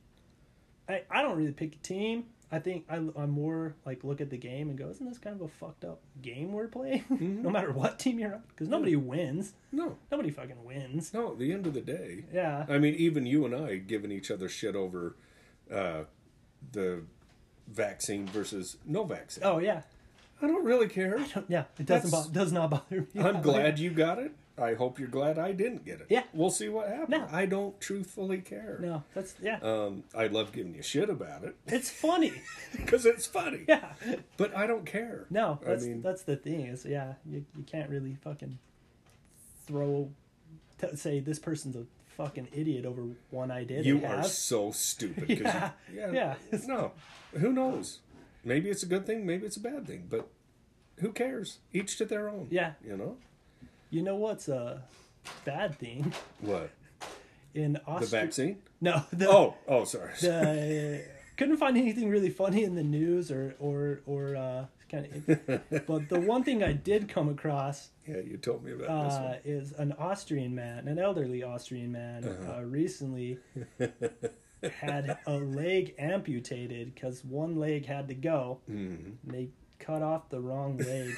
I I don't really pick a team I think I I'm more like look at the game and go isn't this kind of a fucked up game we're playing [LAUGHS]
Mm-hmm.
no matter what team you're on because nobody wins
No,
nobody fucking wins
no. At the end of the day,
yeah
I mean, even you and I giving each other shit over uh, the vaccine versus no vaccine.
oh yeah
I don't really care.
Yeah, it doesn't
That's-
bother, does not bother me. [LAUGHS]
I'm glad you got it. I hope you're glad I didn't get it.
Yeah.
We'll see what happens.
No.
I don't truthfully care.
No, that's yeah.
Um, I love giving you shit about it [LAUGHS]
it's funny.
because it's funny.
Yeah.
But I don't care.
No,
I
that's
mean-
that's the thing is yeah, you you can't really fucking throw t- say this person's a fucking idiot over one idea.
You
they
are
have.
so stupid.
[LAUGHS]
'cause
Yeah.
You, yeah.
Yeah.
[LAUGHS] No. Who knows? Maybe it's a good thing. Maybe it's a bad thing. But who cares? Each to their own.
Yeah.
You know
You know what's a bad thing
what?
in
The
Austria?
vaccine.
No. The,
Oh. Oh. Sorry.
the- couldn't find anything really funny in the news or or or uh, kind
[LAUGHS]
of. but the one thing I did come across
[LAUGHS] yeah. You told me about this
uh,
one.
is an Austrian man, an elderly Austrian man,
Uh-huh.
uh recently had a leg amputated because one leg had to go.
Mm-hmm.
And they cut off the wrong leg.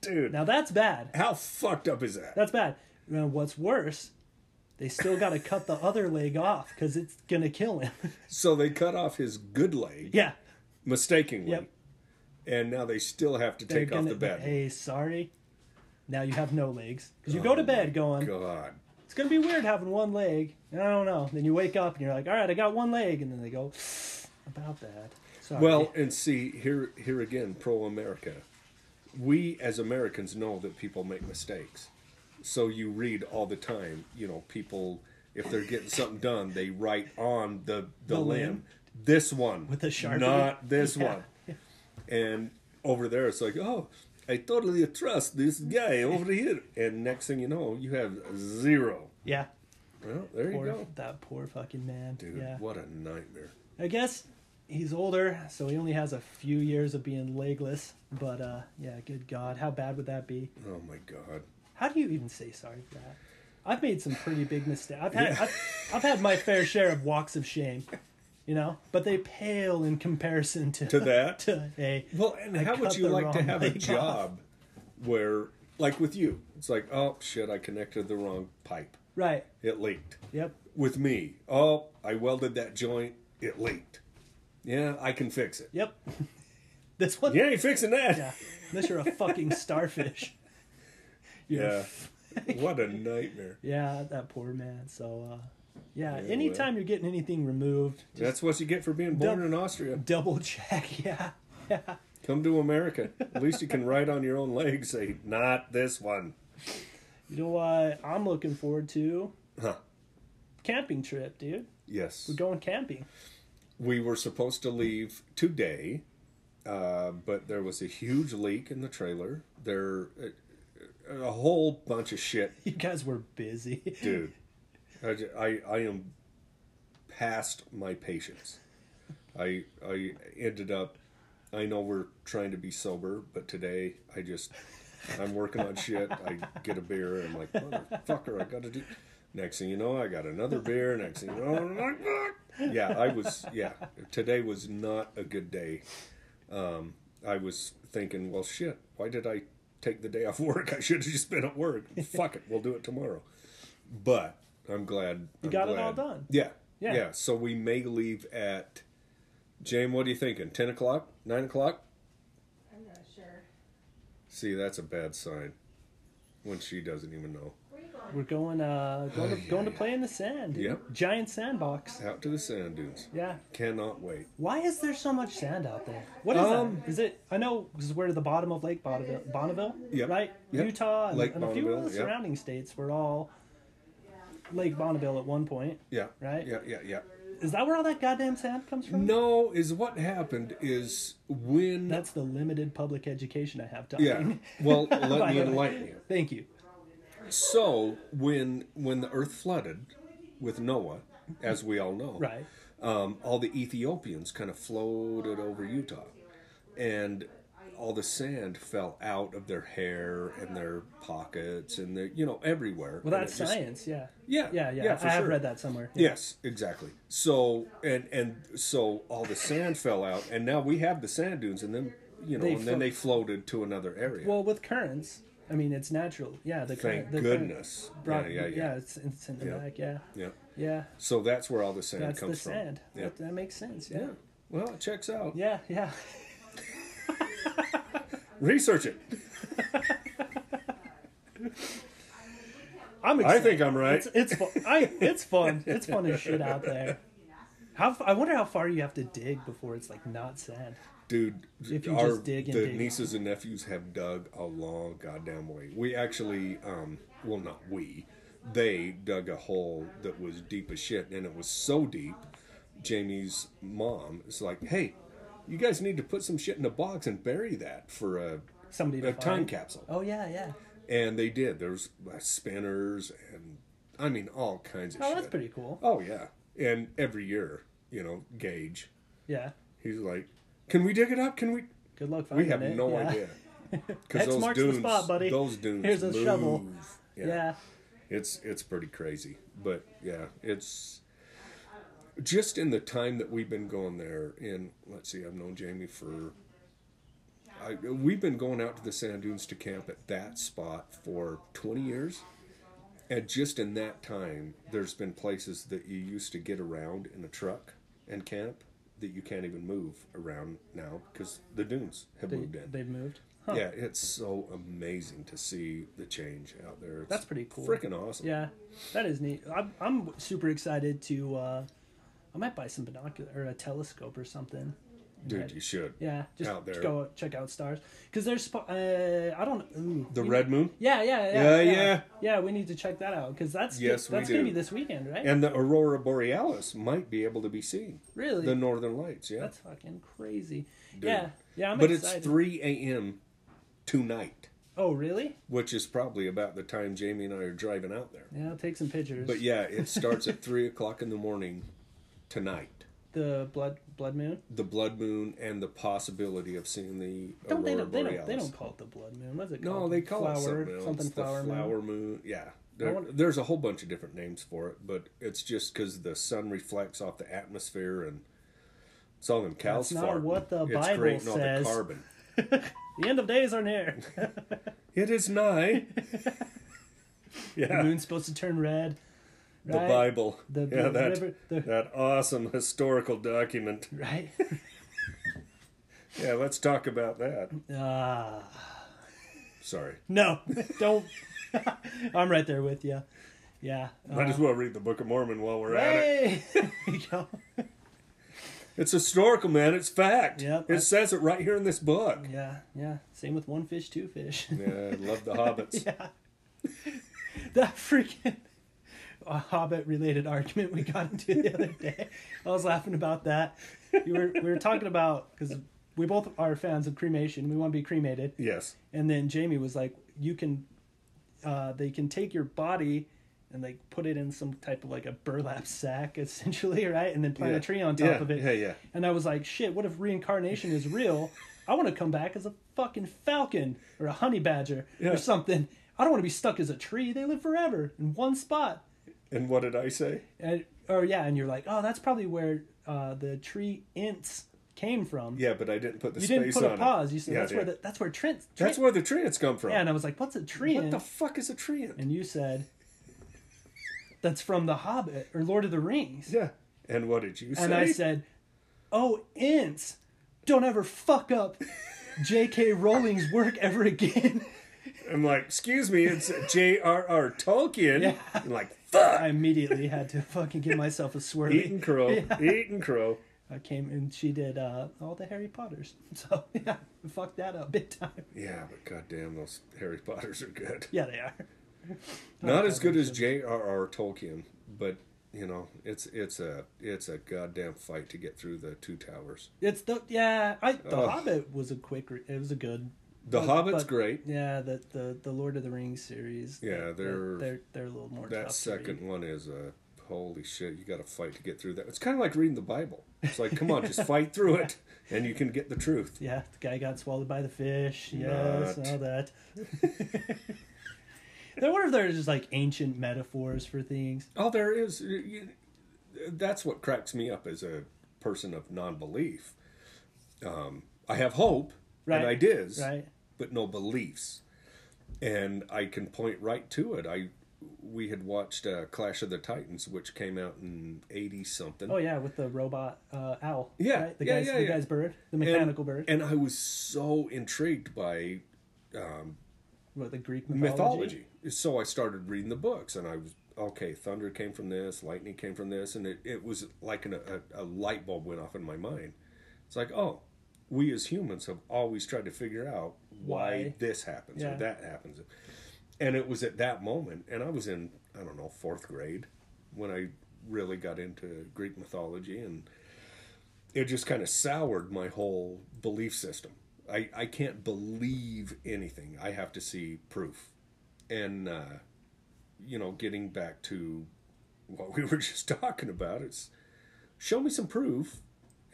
Dude.
now that's bad.
how fucked up is that?
That's bad. Now, what's worse, they still got to cut the other leg off because it's gonna kill him. [LAUGHS]
So they cut off his good leg
yeah,
mistakenly,
Yep.
and now they still have to
they're
take off
gonna-
the bad one.
Hey, sorry. Now you have no legs because you go to bed going.
Oh, God.
it's gonna be weird having one leg. And I don't know. Then you wake up and you're like, all right, I got one leg, and then they go, about that. Sorry.
Well, and see here here again, pro America. We as Americans know that people make mistakes. So you read all the time, you know, people if they're getting something done, they write on the the,
The
limb,
limb.
this one
With a Sharpie.
not this
Yeah.
one. And over there, it's like, oh, I totally trust this guy over here. And next thing you know, you have zero.
yeah.
Well, there you
Poor,
go,
that poor fucking man.
dude.
yeah.
What a nightmare.
I guess he's older, so he only has a few years of being legless. But uh, yeah, good God, how bad would that be?
Oh my god.
How do you even say sorry for that? I've made some pretty big mistakes. I've had I've, I've had my fair share of walks of shame, you know, but they pale in comparison to
To
[LAUGHS]
that?
to a
Well, and
I
how would
cut
you
the
like to
wrong
have a
leg off.
job where, like with you, it's like, oh shit, I connected the wrong pipe.
right.
It leaked.
Yep.
With me, oh, I welded that joint. It leaked. Yeah, I can fix it.
Yep. [LAUGHS] This one.
You ain't fixing that.
Yeah. Unless you're a fucking starfish. [LAUGHS] You're a
[LAUGHS] Yeah.
f-
what
[LAUGHS]
a nightmare.
yeah, that poor man. So, uh, yeah,
Yeah,
anytime
well.
you're getting anything removed, [LAUGHS] just
That's what you get for being born
Dub-
in Austria.
double check. [LAUGHS] Yeah. Yeah.
Come to America. At least you can write on your own leg, say, not this one.
You know what I'm looking forward to?
Huh.
Camping trip, dude.
Yes.
We're going camping.
we were supposed to leave today, uh, but there was a huge leak in the trailer. There, a, a whole bunch of shit,
[LAUGHS] You guys were busy.
dude. I, ju- I, I am past my patience. I I ended up. I know we're trying to be sober, but today I just I'm working on shit. I get a beer and I'm like, motherfucker, I gotta do. Next thing you know, I got another beer. Next thing you know, I'm like, "Fuck." yeah, I was. Yeah, today was not a good day. Um, I was thinking, well, shit, why did I take the day off [LAUGHS] work? I should have just been
[LAUGHS]
at work. Fuck it, we'll do it tomorrow. But I'm glad you
got it all done.
Yeah, yeah,
Yeah.
yeah. So we may leave at. Jane, what are you thinking? Ten o'clock? Nine o'clock?
I'm not sure.
See, that's a bad sign. When she doesn't even know.
Where are you going?
We're going uh going to,
Ay,
going to
ay,
play in the sand. dude.
Oh, Yep.
Giant sandbox.
Out to the sand dunes.
Yeah.
Cannot wait.
Why is there so much sand out there? What is
Um,
that? Is it? I know because we're at the bottom of Lake Bonneville, Bonneville
Yep,
right?
yep.
Utah and,
Lake
and a few of
Bonneville,
the
yep.
surrounding states were all Lake Bonneville at one point.
Yeah.
Right?
Yeah, yeah, yeah.
Is that where all that goddamn sand comes from?
No, is what happened is when.
That's the limited public education I have. [LAUGHS] Talking.
yeah. Well, let
By
me
the way.
enlighten you.
Thank you.
So when when the earth flooded with Noah, as we all know,
Right.
um, all the Ethiopians kind of floated over Utah, and all the sand fell out of their hair and their pockets and their you know everywhere.
Well,
And
that's
it just-
science. Yeah.
Yeah,
Yeah. Yeah.
yeah, for
I have
sure.
read that somewhere.
Yes, exactly. So and and so all the sand fell out, and now we have the sand dunes, and then you know,
They
and then
flo-
they floated to another area.
Well, with currents, I mean it's natural. Yeah. The
Thank
current, the current
goodness.
brought-
yeah, yeah, yeah,
It's, it's in the
Yeah.
back. Yeah.
yeah.
Yeah.
So that's where all the sand
That's the
comes from.
sand.
Yeah.
That, that makes sense.
yeah. Well, it checks out.
Yeah, yeah.
Research it.
I'm
I
excited.
think [LAUGHS] I'm right.
It's it's fun. I, it's fun. It's fun as shit out there. How f- I wonder how far you have to dig before it's like not sand.
Dude,
If you
our,
just dig and
the
dig.
nieces and nephews have dug a long goddamn way. We actually, um, well, not we, they dug a hole that was deep as shit, and it was so deep. Jamie's mom is like, "Hey, you guys need to put some shit in a box and bury that for a,
Somebody to
a time
find.
capsule."
Oh yeah, yeah.
And they did. There was uh, spinners and, I mean, all kinds of
Oh,
shit.
that's pretty cool.
Oh yeah, and every year, you know, Gage,
Yeah.
he's like, "Can we dig it up? Can we?"
Good luck
We
finding
have
it.
no
yeah. [LAUGHS]
idea.
X marks the spot, buddy.
Those dunes.
Here's a
move.
shovel.
Yeah.
yeah.
It's it's pretty crazy, but yeah, it's just in the time that we've been going there. In let's see, I've known Jamie for. I, we've been going out to the sand dunes to camp at that spot for 20 years. And just in that time, there's been places that you used to get around in a truck and camp that you can't even move around now because the dunes have
They,
moved in.
they've moved. Huh.
Yeah, it's so amazing to see the change out there. It's
That's pretty cool.
Freaking awesome.
Yeah, that is neat. I'm, I'm super excited to. Uh, I might buy some binocular or a telescope or something.
dude,
Right.
you should.
Yeah, just
Out there.
go check out stars because there's. spo- Uh, I don't. Ooh,
The
we-
red moon
Yeah, yeah,
Yeah,
yeah,
yeah.
Yeah, we need to check that out because that's
Yes, we
that's gonna
do.
be this weekend, right?
and the aurora borealis might be able to be seen.
really,
The northern lights, yeah.
that's fucking crazy.
Dude.
Yeah, yeah, I'm
but
excited.
it's 3 a.m. tonight,
oh, really?
which is probably about the time Jamie and I are driving out there.
Yeah, I'll take some pictures.
But yeah, it
[LAUGHS]
starts at 3 o'clock in the morning tonight.
the blood blood moon.
The blood moon and the possibility of seeing the
Don't they
aurora
don't they
borealis.
don't they don't call it the blood moon? What's it called?
No, they call
flower,
it something else.
Something
the
flower, moon.
flower moon. Yeah. There-
I wonder-
there's a whole bunch of different names for it, but it's just because the sun reflects off the atmosphere and it's all them cows
That's not
farting.
what the
it's
Bible
creating all the
says.
carbon.
The end of days are near.
It
[LAUGHS]
is nigh.
The
yeah,
moon's supposed to turn red.
the
right?
Bible.
The-
yeah,
the
that,
river- the-
that awesome historical document.
Right? [LAUGHS]
Yeah, let's talk about that.
Ah,
Sorry.
no, [LAUGHS] don't. I'm right there with you. Yeah.
Might
uh,
as well read the Book of Mormon while we're at it.
hey! [LAUGHS] There you go.
It's historical, man. It's fact.
Yep.
it says it right here in this book.
yeah, yeah. Same with one fish, two fish.
Yeah, I love the hobbits.
yeah. [LAUGHS] That freaking Hobbit related argument we got into the
[LAUGHS]
other day. I was laughing about that. You were, we were talking about, because we both are fans of cremation, we want to be cremated.
Yes.
And then Jamie was like, "You can, uh, they can take your body and like put it in some type of like a burlap sack, [LAUGHS] essentially, right? And then plant
Yeah.
a tree on top
Yeah,
of it.
yeah, yeah.
And I was like, "Shit, what if reincarnation is real? I want to come back as a fucking falcon or a honey badger
Yeah.
or something. I don't want to be stuck as a tree. They live forever in one spot."
And what did I say?
And or yeah, and you're like, "Oh, that's probably where uh, the tree ints came from."
Yeah, but I didn't put the
You
space
didn't put a
on
pause.
It.
You said
Yeah, I
that's where
did.
the, that's where Trent.
That's where the treants come from.
yeah, and I was like, "What's a tree?"
what the fuck is a treant?
and you said that's from the hobbit or lord of the rings
yeah. And what did you say?
and i said oh ints don't ever fuck up jk rowling's work ever again [LAUGHS]
I'm like, excuse me, it's J.R.R. Tolkien.
Yeah.
[LAUGHS] I'm like,
[LAUGHS]
fuck.
i immediately had to fucking give myself a
Eating
swirly
crow. [LAUGHS] Eating crow.
i came and she did uh, all the harry potters [LAUGHS] so yeah fucked that up big time [LAUGHS]
Yeah, but goddamn, those Harry Potters are good.
yeah they are
Not as good as J.R.R. Tolkien, but you know, it's it's a it's a goddamn fight to get through the two towers.
it's the yeah i the
Ugh.
hobbit was a quick re- it was a good
The
but-
Hobbit's
but-
great.
yeah the, the the lord of the rings series
Yeah, they're-
they're they're, they're a little more
That
tough to read.
second one is a holy shit. You got to fight to get through that. It's kind of like reading the Bible. It's like, come on, just
[LAUGHS]
fight through it, and you can get the truth.
Yeah, the guy got swallowed by the fish. Yes,
Nut.
all that. [LAUGHS] I wonder if there's just like ancient metaphors for things.
Oh, there is. you- That's what cracks me up as a person of non-belief. Um, I have hope
Right,
and ideas,
right.
but no beliefs, and I can point right to it. I we had watched uh, Clash of the Titans, which came out in eighty something.
Oh yeah, with the robot uh, owl.
Yeah,
right? the
yeah,
guy's
yeah,
the
yeah.
guy's bird, the
And-
mechanical bird,
And I was so intrigued by
what the Greek
mythology. So I started reading the books, and I was okay. Thunder came from this, lightning came from this, and it, it was like an, a, a light bulb went off in my mind. It's like, oh, we as humans have always tried to figure out why,
Why?
this happens
Yeah.
or that happens, and it was at that moment, and I was in I don't know fourth grade when I really got into Greek mythology and it just kind of soured my whole belief system. I, I can't believe anything. I have to see proof. And, uh, you know, getting back to what we [LAUGHS] were just talking about, it's show me some proof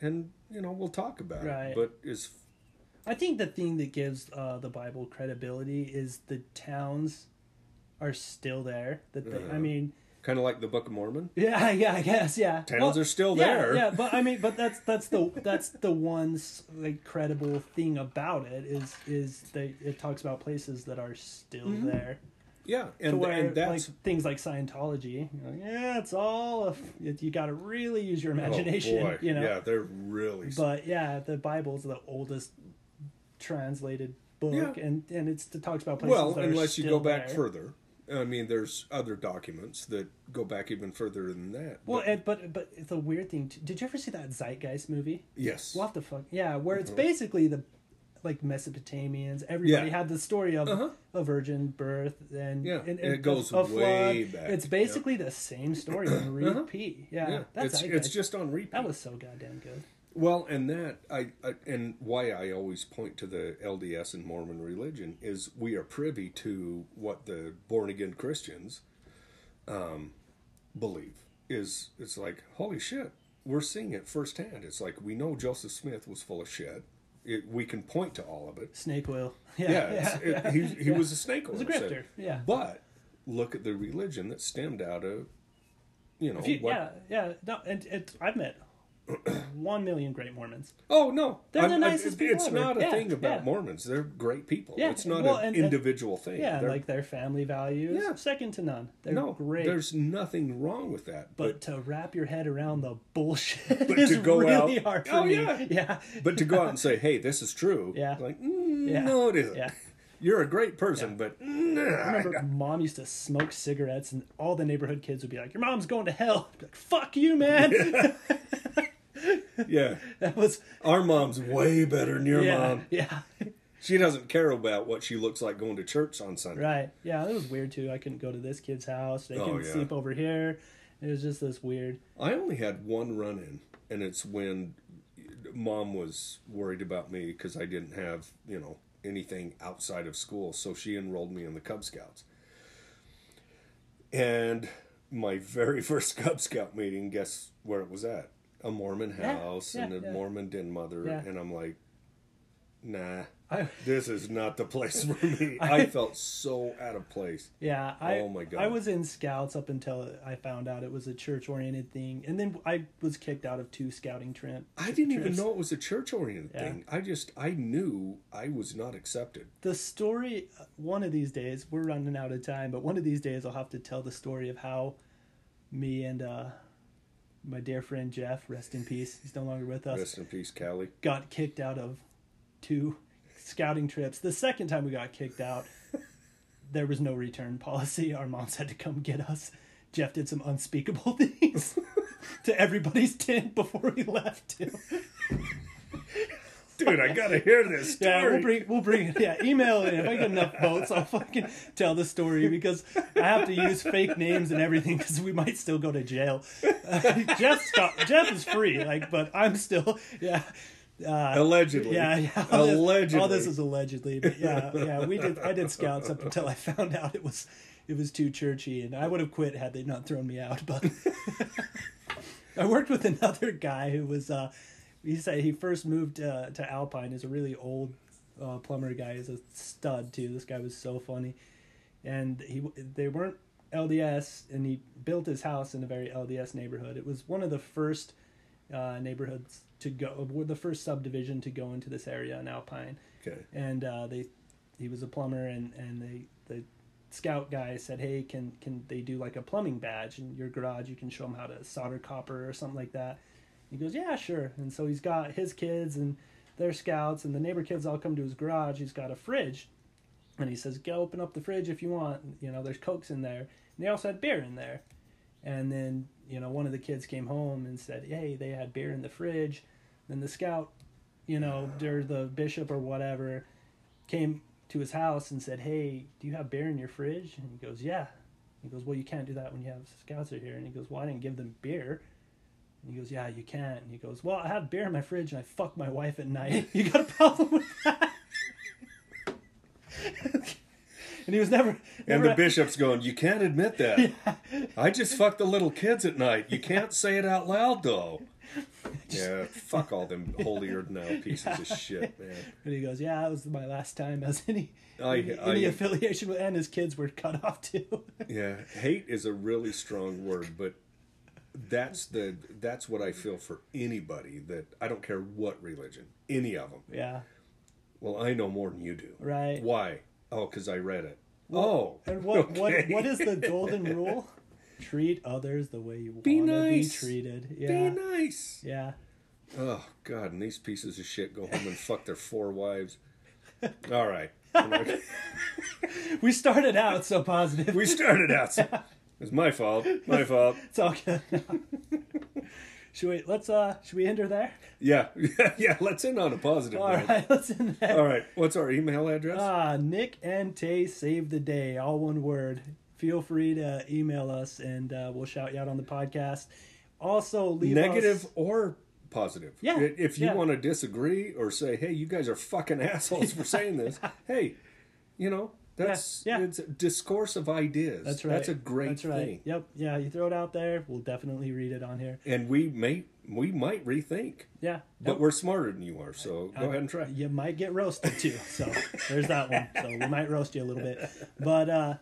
and, you know, we'll talk about
Right.
it. But is
I think the thing that gives uh, the Bible credibility is the towns are still there. That they,
Uh-huh.
I mean,
kind of like the Book of Mormon.
yeah, [LAUGHS] yeah, I guess, yeah.
Towns are still
yeah,
there.
Yeah, but I mean, but that's that's the that's the one s- like credible thing about it is is that it talks about places that are still there.
Yeah.
To
And,
where
and that's.
like things like Scientology, you're like, yeah, it's all a f- you got to really use your
oh,
imagination, [LAUGHS]
boy.
you know.
Yeah, they're really.
But yeah, the Bible's the oldest translated book,
Yeah.
and and it's it talks about places.
Well,
that are
unless you
still
go back
there.
further. I mean, there's other documents that go back even further than that.
Well,
but-
and, but but it's a weird thing. Too. Did you ever see that Zeitgeist movie?
yes.
What the fuck? Yeah, where it's basically the like Mesopotamians. Everybody
Yeah.
had the story of
Uh-huh.
a virgin birth, and
Yeah,
and,
and
and
it goes
a, a
way
flood.
back,
It's
yeah. Uh-huh.
basically the same story in repeat. Yeah,
Yeah,
that's
it's,
Zeitgeist.
it's just on repeat.
that was so goddamn good.
well, and that I, I and why I always point to the LDS and Mormon religion is we are privy to what the born again Christians um, believe. Is it's like holy shit, we're seeing it firsthand. It's like we know Joseph Smith was full of shit. It, we can point to all
[LAUGHS]
of it.
Snake oil.
yeah, it's, It, he, he was a snake oil.
was a grifter, yeah.
But look at the religion that stemmed out of, you know,
If you-
what?
yeah, yeah. No, and it, I've
[CLEARS THROAT]
met one million great Mormons.
Oh no,
They're the
I'm- I-
nicest
it-
people
It's
ever.
not a
Yeah,
thing about
yeah.
Mormons. They're great people.
Yeah,
It's not
well,
an
and- and-
individual thing.
Yeah,
They're-
like their family values,
Yeah.
second to none. They're
no,
great.
there's nothing wrong with that.
but
But
to wrap your head around the bullshit
[LAUGHS] But
is
to go
really
out-
hard for
Oh,
me.
yeah.
[LAUGHS] yeah,
[LAUGHS] but to go out and say, hey, this is true.
Yeah.
Like mm,
Yeah.
no, it isn't.
Yeah.
You're a great person, but nah,
I
[LAUGHS]
remember mom used to smoke cigarettes, and all the neighborhood kids would be like, "Your mom's going to hell." I'd be like, Fuck you, man.
yeah,
[LAUGHS] That was
our mom's way better than your
yeah,
mom.
[LAUGHS] yeah,
She doesn't care about what she looks like going to church on Sunday.
right. Yeah, it was weird too. I couldn't go to this kid's house. They
Oh,
couldn't
yeah.
sleep over here. It was just this weird.
I only had one run in, and it's when mom was worried about me because I didn't have, you know, anything outside of school. So she enrolled me in the Cub Scouts. And my very [LAUGHS] first Cub Scout meeting, guess where it was at? A Mormon
Yeah,
house
yeah,
and a
yeah.
Mormon den mother.
Yeah.
And I'm like, nah,
I,
this is not the place [LAUGHS] for
[LAUGHS]
me. I felt so out of place.
Yeah, I
Oh my God.
I was in scouts up until I found out it was a church oriented thing, and then I was kicked out of two scouting trips.
I didn't even
trips.
know it was a church oriented
Yeah.
thing. I just I knew I was not accepted.
The story, one of these days, we're running out of time, but one of these days I'll have to tell the story of how me and uh, my dear friend Jeff, rest in peace, he's no longer with us,
Rest in peace, Callie.
got kicked out of two scouting trips. The second time we got kicked
[LAUGHS]
out, there was no return policy. Our moms had to come get us. Jeff did some unspeakable [LAUGHS]
[LAUGHS]
things to everybody's tent before we left him.
Dude, I
[LAUGHS]
gotta hear this story.
Yeah, we'll bring we'll bring yeah, email it. If I get enough votes, I'll fucking tell the story because I have to use fake names and everything because we might still go to jail. [LAUGHS] Jeff stop, Jeff is free, like, but I'm still yeah. Uh,
Allegedly.
Yeah, yeah. All this-
Allegedly.
all this is allegedly, but yeah, yeah. We did. I did scouts up until I found out it was it was too churchy, and I would have quit had they not thrown me out. But [LAUGHS] I worked with another guy who was. Uh, he said he first moved uh, to Alpine. Is a really old uh, plumber guy. He's a stud too. This guy was so funny, and he they weren't LDS, and he built his house in a very LDS neighborhood. It was one of the first uh, neighborhoods to go, were the first subdivision to go into this area in Alpine
okay.
and uh, they he was a plumber and and they they scout guy said, "Hey, can can they do like a plumbing badge in your garage? You can show them how to solder copper or something like that." He goes, "Yeah, sure." And so he's got his kids and their scouts and the neighbor kids all come to his garage. He's got a fridge, and he says, "Go open up the fridge if you want. You know, there's cokes in there." And they also had beer in there. And then you know, one of the kids came home and said, "Hey, they had beer in the fridge." Then the scout, you know, or the bishop or whatever, came to his house and said, "Hey, do you have beer in your fridge?" And he goes, "Yeah." He goes, "Well, you can't do that when you have scouts are here." And he goes, "Well, I didn't give them beer." And he goes, "Yeah, you can't." And he goes, "Well, I have beer in my fridge and I fuck my wife at night. [LAUGHS] You got a problem with that?" [LAUGHS] and he was never,
And
never
the bishop's going, You can't
[LAUGHS]
admit that. I just fuck the little kids at night. You can't say it out
[LAUGHS]
loud, though. Yeah, fuck all them holier than thou pieces
[LAUGHS]
of shit, man.
And he goes, "Yeah, that was my last time as any
I-
any,
I-
any affiliation with." And his kids were cut off too. [LAUGHS]
Yeah, hate is a really strong word, but that's the that's what I feel for anybody that I don't care what religion, any of them.
yeah,
Well, I know more than you do.
right.
Why? Oh, because I read it. oh,
And what what
okay.
what is the golden rule? Treat others the way you want
Be
to
nice.
be treated. Yeah,
[LAUGHS] Be nice.
yeah.
Oh God, and these pieces of shit
[LAUGHS]
go home and fuck their four wives. All right, we
We started out so positive.
started out. so- It's my fault. My fault.
[LAUGHS] it's all good. [LAUGHS] should we let's uh should we end her there?
Yeah, [LAUGHS] yeah. yeah let's end on a positive
All
note.
right, [LAUGHS] let's end there.
All right. What's our email address?
Ah, Nick and Tay save the day, all one word. Feel free to email us and uh, we'll shout you out on the podcast. Also, leave
Negative
us-
or positive.
Yeah,
I- If you
yeah.
want to disagree or say, "Hey, you guys are fucking [LAUGHS] assholes for saying this,"
[LAUGHS]
hey, you know that's
yeah.
it's a discourse of ideas.
That's right.
That's a great
That's
thing.
right. Yep. Yeah, you throw it out there, we'll definitely read it on here.
And we may we might rethink,
Yeah.
but we're smarter than you are. So go ahead and try.
you might get roasted too. So there's that one. So we might roast you a little bit, but uh,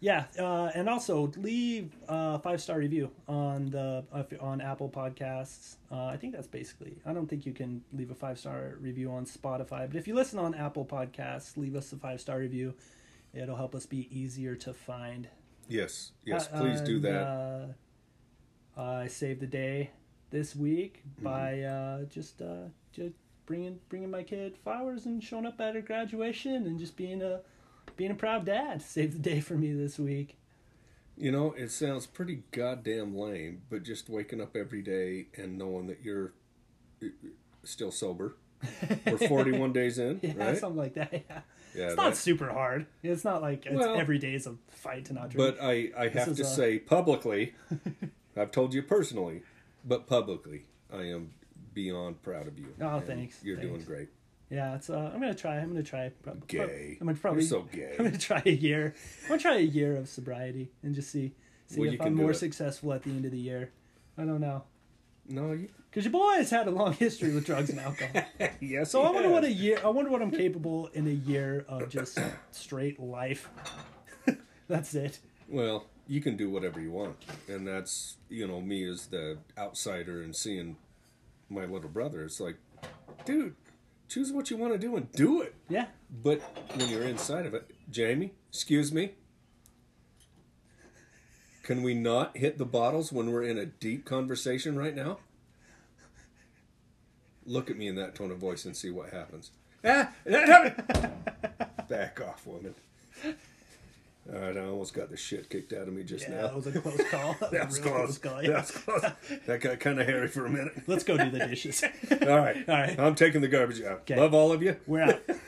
yeah, uh, and also leave a five star review on the on Apple Podcasts. Uh, I think that's basically. I don't think you can leave a five star review on Spotify, but if you listen on Apple Podcasts, leave us a five star review. It'll help us be easier to find.
Yes, yes,
Uh,
please do
and,
that.
Uh, I saved the day this week
Mm-hmm.
by uh, just uh, just bringing bringing my kid flowers and showing up at her graduation and just being a being a proud dad. Saved the day for me this week. [LAUGHS]
you know, it sounds pretty goddamn lame, but just waking up every day and knowing that you're uh, uh,
[LAUGHS]
still sober. We're 41 days in,
Yeah,
right?
something like that. [LAUGHS] Yeah,
yeah,
it's not
that-
super hard. It's not like it's,
Well-
every day is a fight to not drink.
But I, I have
is
to
a- [LAUGHS]
say publicly, I've told you personally, but publicly, I am beyond proud of you.
Oh,
And
thanks,
You're doing
thanks.
great.
yeah, it's. Uh, I'm gonna try. I'm gonna try. prob-
Gay.
[LAUGHS] I'm gonna probably.
You're so gay.
I'm gonna try a year. I'm gonna try a year of sobriety and just see see
Well, you
if
can
I'm
do
more
it.
successful at the end of the year. I don't know.
No, you. [LAUGHS]
Because your boy has had a long history with drugs and alcohol.
Yes.
So
he
I wonder
has.
what a year. I wonder what I'm capable in a year of just straight life. [LAUGHS] That's it.
Well, you can do whatever you want, and that's you know me as the outsider and seeing my little brother. It's like, dude, choose what you want to do and do it.
Yeah.
But when you're inside of it, Jamie, excuse me. Can we not hit the bottles when we're in a deep conversation right now? Look at me in that tone of voice and see what happens. Ah,
[LAUGHS]
that- Back off, woman. All right, I almost got the shit kicked out of me just
Yeah,
now.
that was a close call. That,
[LAUGHS] That was
a really
close.
call,
[LAUGHS] That
yeah.
was close. That got kind
[LAUGHS]
of hairy for a minute. [LAUGHS]
Let's go do the dishes.
All right.
All right.
I'm taking the garbage out.
Okay.
Love all of you.
We're out.